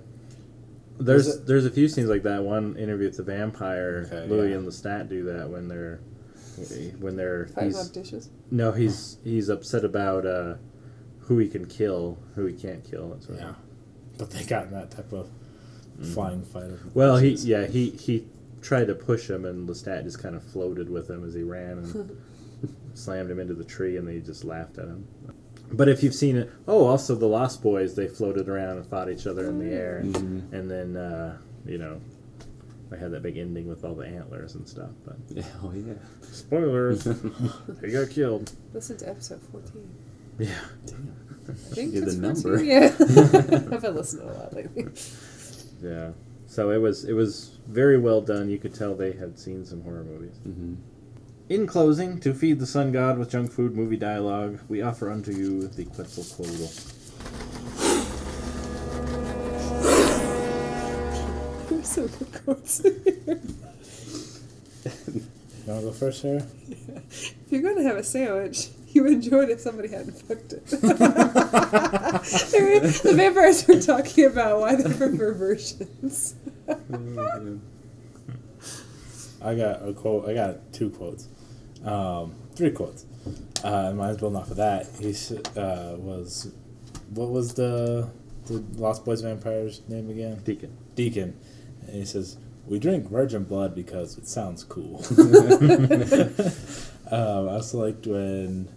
Speaker 2: there's
Speaker 5: is it-
Speaker 2: there's a few scenes like that. One interview with the vampire,
Speaker 5: Okay,
Speaker 2: Louis
Speaker 5: yeah.
Speaker 2: and Lestat do that when they're when they're
Speaker 3: Fighting
Speaker 2: he's,
Speaker 3: off dishes.
Speaker 2: no he's he's upset about uh, who he can kill, who he can't kill. That sort of
Speaker 5: Yeah.
Speaker 2: thing.
Speaker 5: But they got in that type of flying fight. Of
Speaker 2: Mm. Well, he
Speaker 5: dishes.
Speaker 2: yeah he he tried to push him, and Lestat just kind of floated with him as he ran and slammed him into the tree, and they just laughed at him. But if you've seen it, oh, also the Lost Boys, they floated around and fought each other in the air, and,
Speaker 1: Mhm.
Speaker 2: and then uh, you know they had that big ending with all the antlers and stuff. But
Speaker 1: Yeah, oh yeah.
Speaker 2: spoilers, they got killed.
Speaker 3: Listen to episode fourteen.
Speaker 2: Yeah,
Speaker 1: Damn.
Speaker 3: I think
Speaker 1: Give the
Speaker 3: it's
Speaker 1: number.
Speaker 3: 14. Yeah, I've been listening to a lot lately.
Speaker 2: yeah. So it was it was very well done. You could tell they had seen some horror movies.
Speaker 1: hmm
Speaker 2: In closing, to feed the sun god with junk food movie dialogue, we offer unto you the Quetzalcoatl.
Speaker 3: We're so good quotes.
Speaker 5: You want to go first, Sarah?
Speaker 3: If you're going to have a sandwich, you would enjoy it if somebody hadn't fucked it. the vampires were talking about why they prefer versions.
Speaker 5: I got a quote. I got two quotes, um, three quotes. Uh, and mine's building off of that. He s- uh, was, what was the the Lost Boys vampire's name again?
Speaker 2: Deacon.
Speaker 5: Deacon. And he says, "We drink virgin blood because it sounds cool." um, I also liked when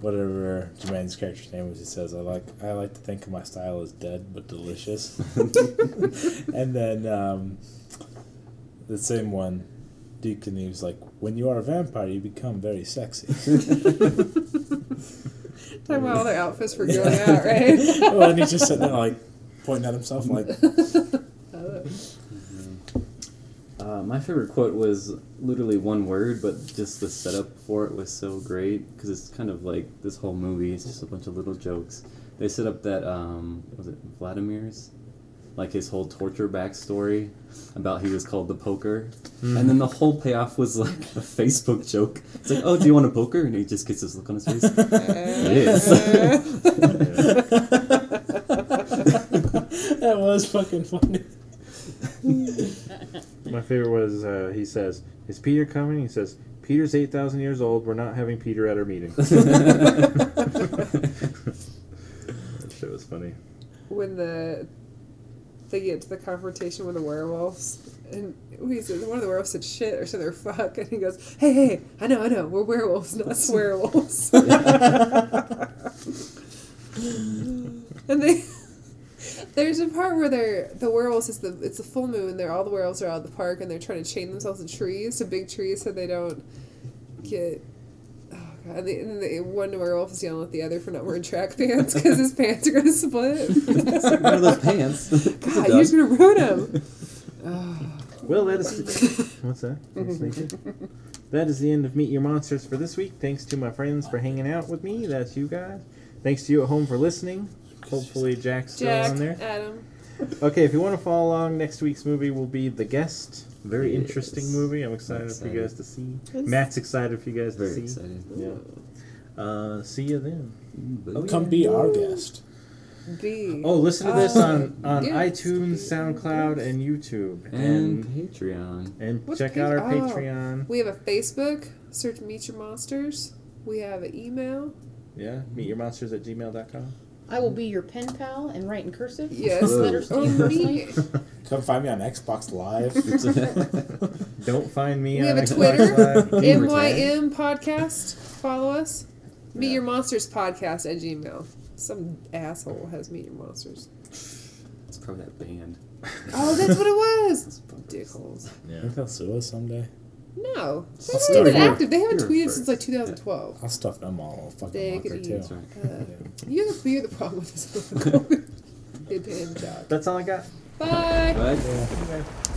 Speaker 5: whatever Jermaine's character's name was, he says, "I like I like to think of my style as dead but delicious."
Speaker 1: Mm-hmm. Oh,
Speaker 5: and then um, the same one, Deacon Eve's like, "When you are a vampire, you become very sexy."
Speaker 3: Talking about all their outfits for going out, right?
Speaker 5: well, and he's just sitting there like pointing at himself, like,
Speaker 1: Uh, my favorite quote was literally one word, but just the setup for it was so great because it's kind of like this whole movie. It's just a bunch of little jokes. They set up that um, was it Vladimir's, like his whole torture backstory about he was called the Poker, and then the whole payoff was like a Facebook joke. It's like, oh, do you want a poker? And he just gets this look on his face. it is.
Speaker 5: "That was fucking funny."
Speaker 2: My favorite was uh, he says, "Is Peter coming?" He says, "Peter's eight thousand years old. We're not having Peter at our meeting." that shit was funny.
Speaker 3: when the they get to the confrontation with the werewolves and he said one of the werewolves said shit or said they're fuck and he goes hey hey i know i know we're werewolves not swearwolves and they there's a part where they're the werewolves is the it's a full moon they're all the werewolves are out of the park and they're trying to chain themselves to trees to big trees so they don't get oh god and, they, and they, one werewolf is yelling at the other for not wearing track pants because his pants are going to split
Speaker 1: It's like, what are those pants? It's a
Speaker 3: God,
Speaker 1: dog.
Speaker 3: you're just gonna ruin him.
Speaker 2: Well, that is what's that? That's naked. That is the end of Meet Your Monsters for this week. Thanks to my friends for hanging out with me. That's you guys. Thanks to you at home for listening. Hopefully, Jack's still
Speaker 3: Jack,
Speaker 2: on there.
Speaker 3: Adam.
Speaker 2: Okay, if you want to follow along, next week's movie will be The Guest. Very
Speaker 1: Yes.
Speaker 2: interesting movie. I'm excited, for you guys to see.
Speaker 9: Yes.
Speaker 2: Matt's excited for you guys to
Speaker 1: Very
Speaker 2: see.
Speaker 1: excited.
Speaker 2: Yeah. Uh, see you then.
Speaker 1: But
Speaker 5: Come be our guest.
Speaker 3: B.
Speaker 2: Oh, listen to this on on
Speaker 3: yeah.
Speaker 2: iTunes, SoundCloud, and YouTube,
Speaker 1: and
Speaker 2: and
Speaker 1: Patreon.
Speaker 2: and
Speaker 3: What
Speaker 2: check
Speaker 3: page-
Speaker 2: out our
Speaker 3: oh.
Speaker 2: Patreon.
Speaker 3: We have a Facebook. Search Meet Your Monsters. We have an email.
Speaker 2: Yeah, meetyourmonsters at gmail.com.
Speaker 4: I will be your pen pal and write in cursive.
Speaker 3: Yes.
Speaker 1: Whoa.
Speaker 4: Letters to
Speaker 3: Oh,
Speaker 4: you personally.
Speaker 3: me.
Speaker 5: Come find me on Xbox Live.
Speaker 2: Don't find me
Speaker 3: We
Speaker 2: on
Speaker 3: have a
Speaker 2: Xbox
Speaker 3: Twitter.
Speaker 2: Live.
Speaker 1: Gamer
Speaker 3: MYM podcast. Follow us. Meet Your Monsters podcast at Gmail. Some asshole has Meet Your Monsters.
Speaker 1: It's probably that band.
Speaker 3: Oh, that's what it was. Dickholes.
Speaker 5: Maybe they'll sue us someday.
Speaker 3: No,
Speaker 5: I'll
Speaker 3: they're
Speaker 5: start
Speaker 3: not even
Speaker 5: here.
Speaker 3: active. They haven't
Speaker 1: You're
Speaker 3: tweeted
Speaker 1: first.
Speaker 3: since like 2012.
Speaker 5: I'll stuff them all in a fucking
Speaker 3: Take it
Speaker 5: locker
Speaker 3: easy.
Speaker 5: too.
Speaker 1: That's right.
Speaker 3: Uh, you're, the, you're the problem with this. Good damn job.
Speaker 2: That's all I got.
Speaker 3: Bye.
Speaker 1: But
Speaker 5: Yeah.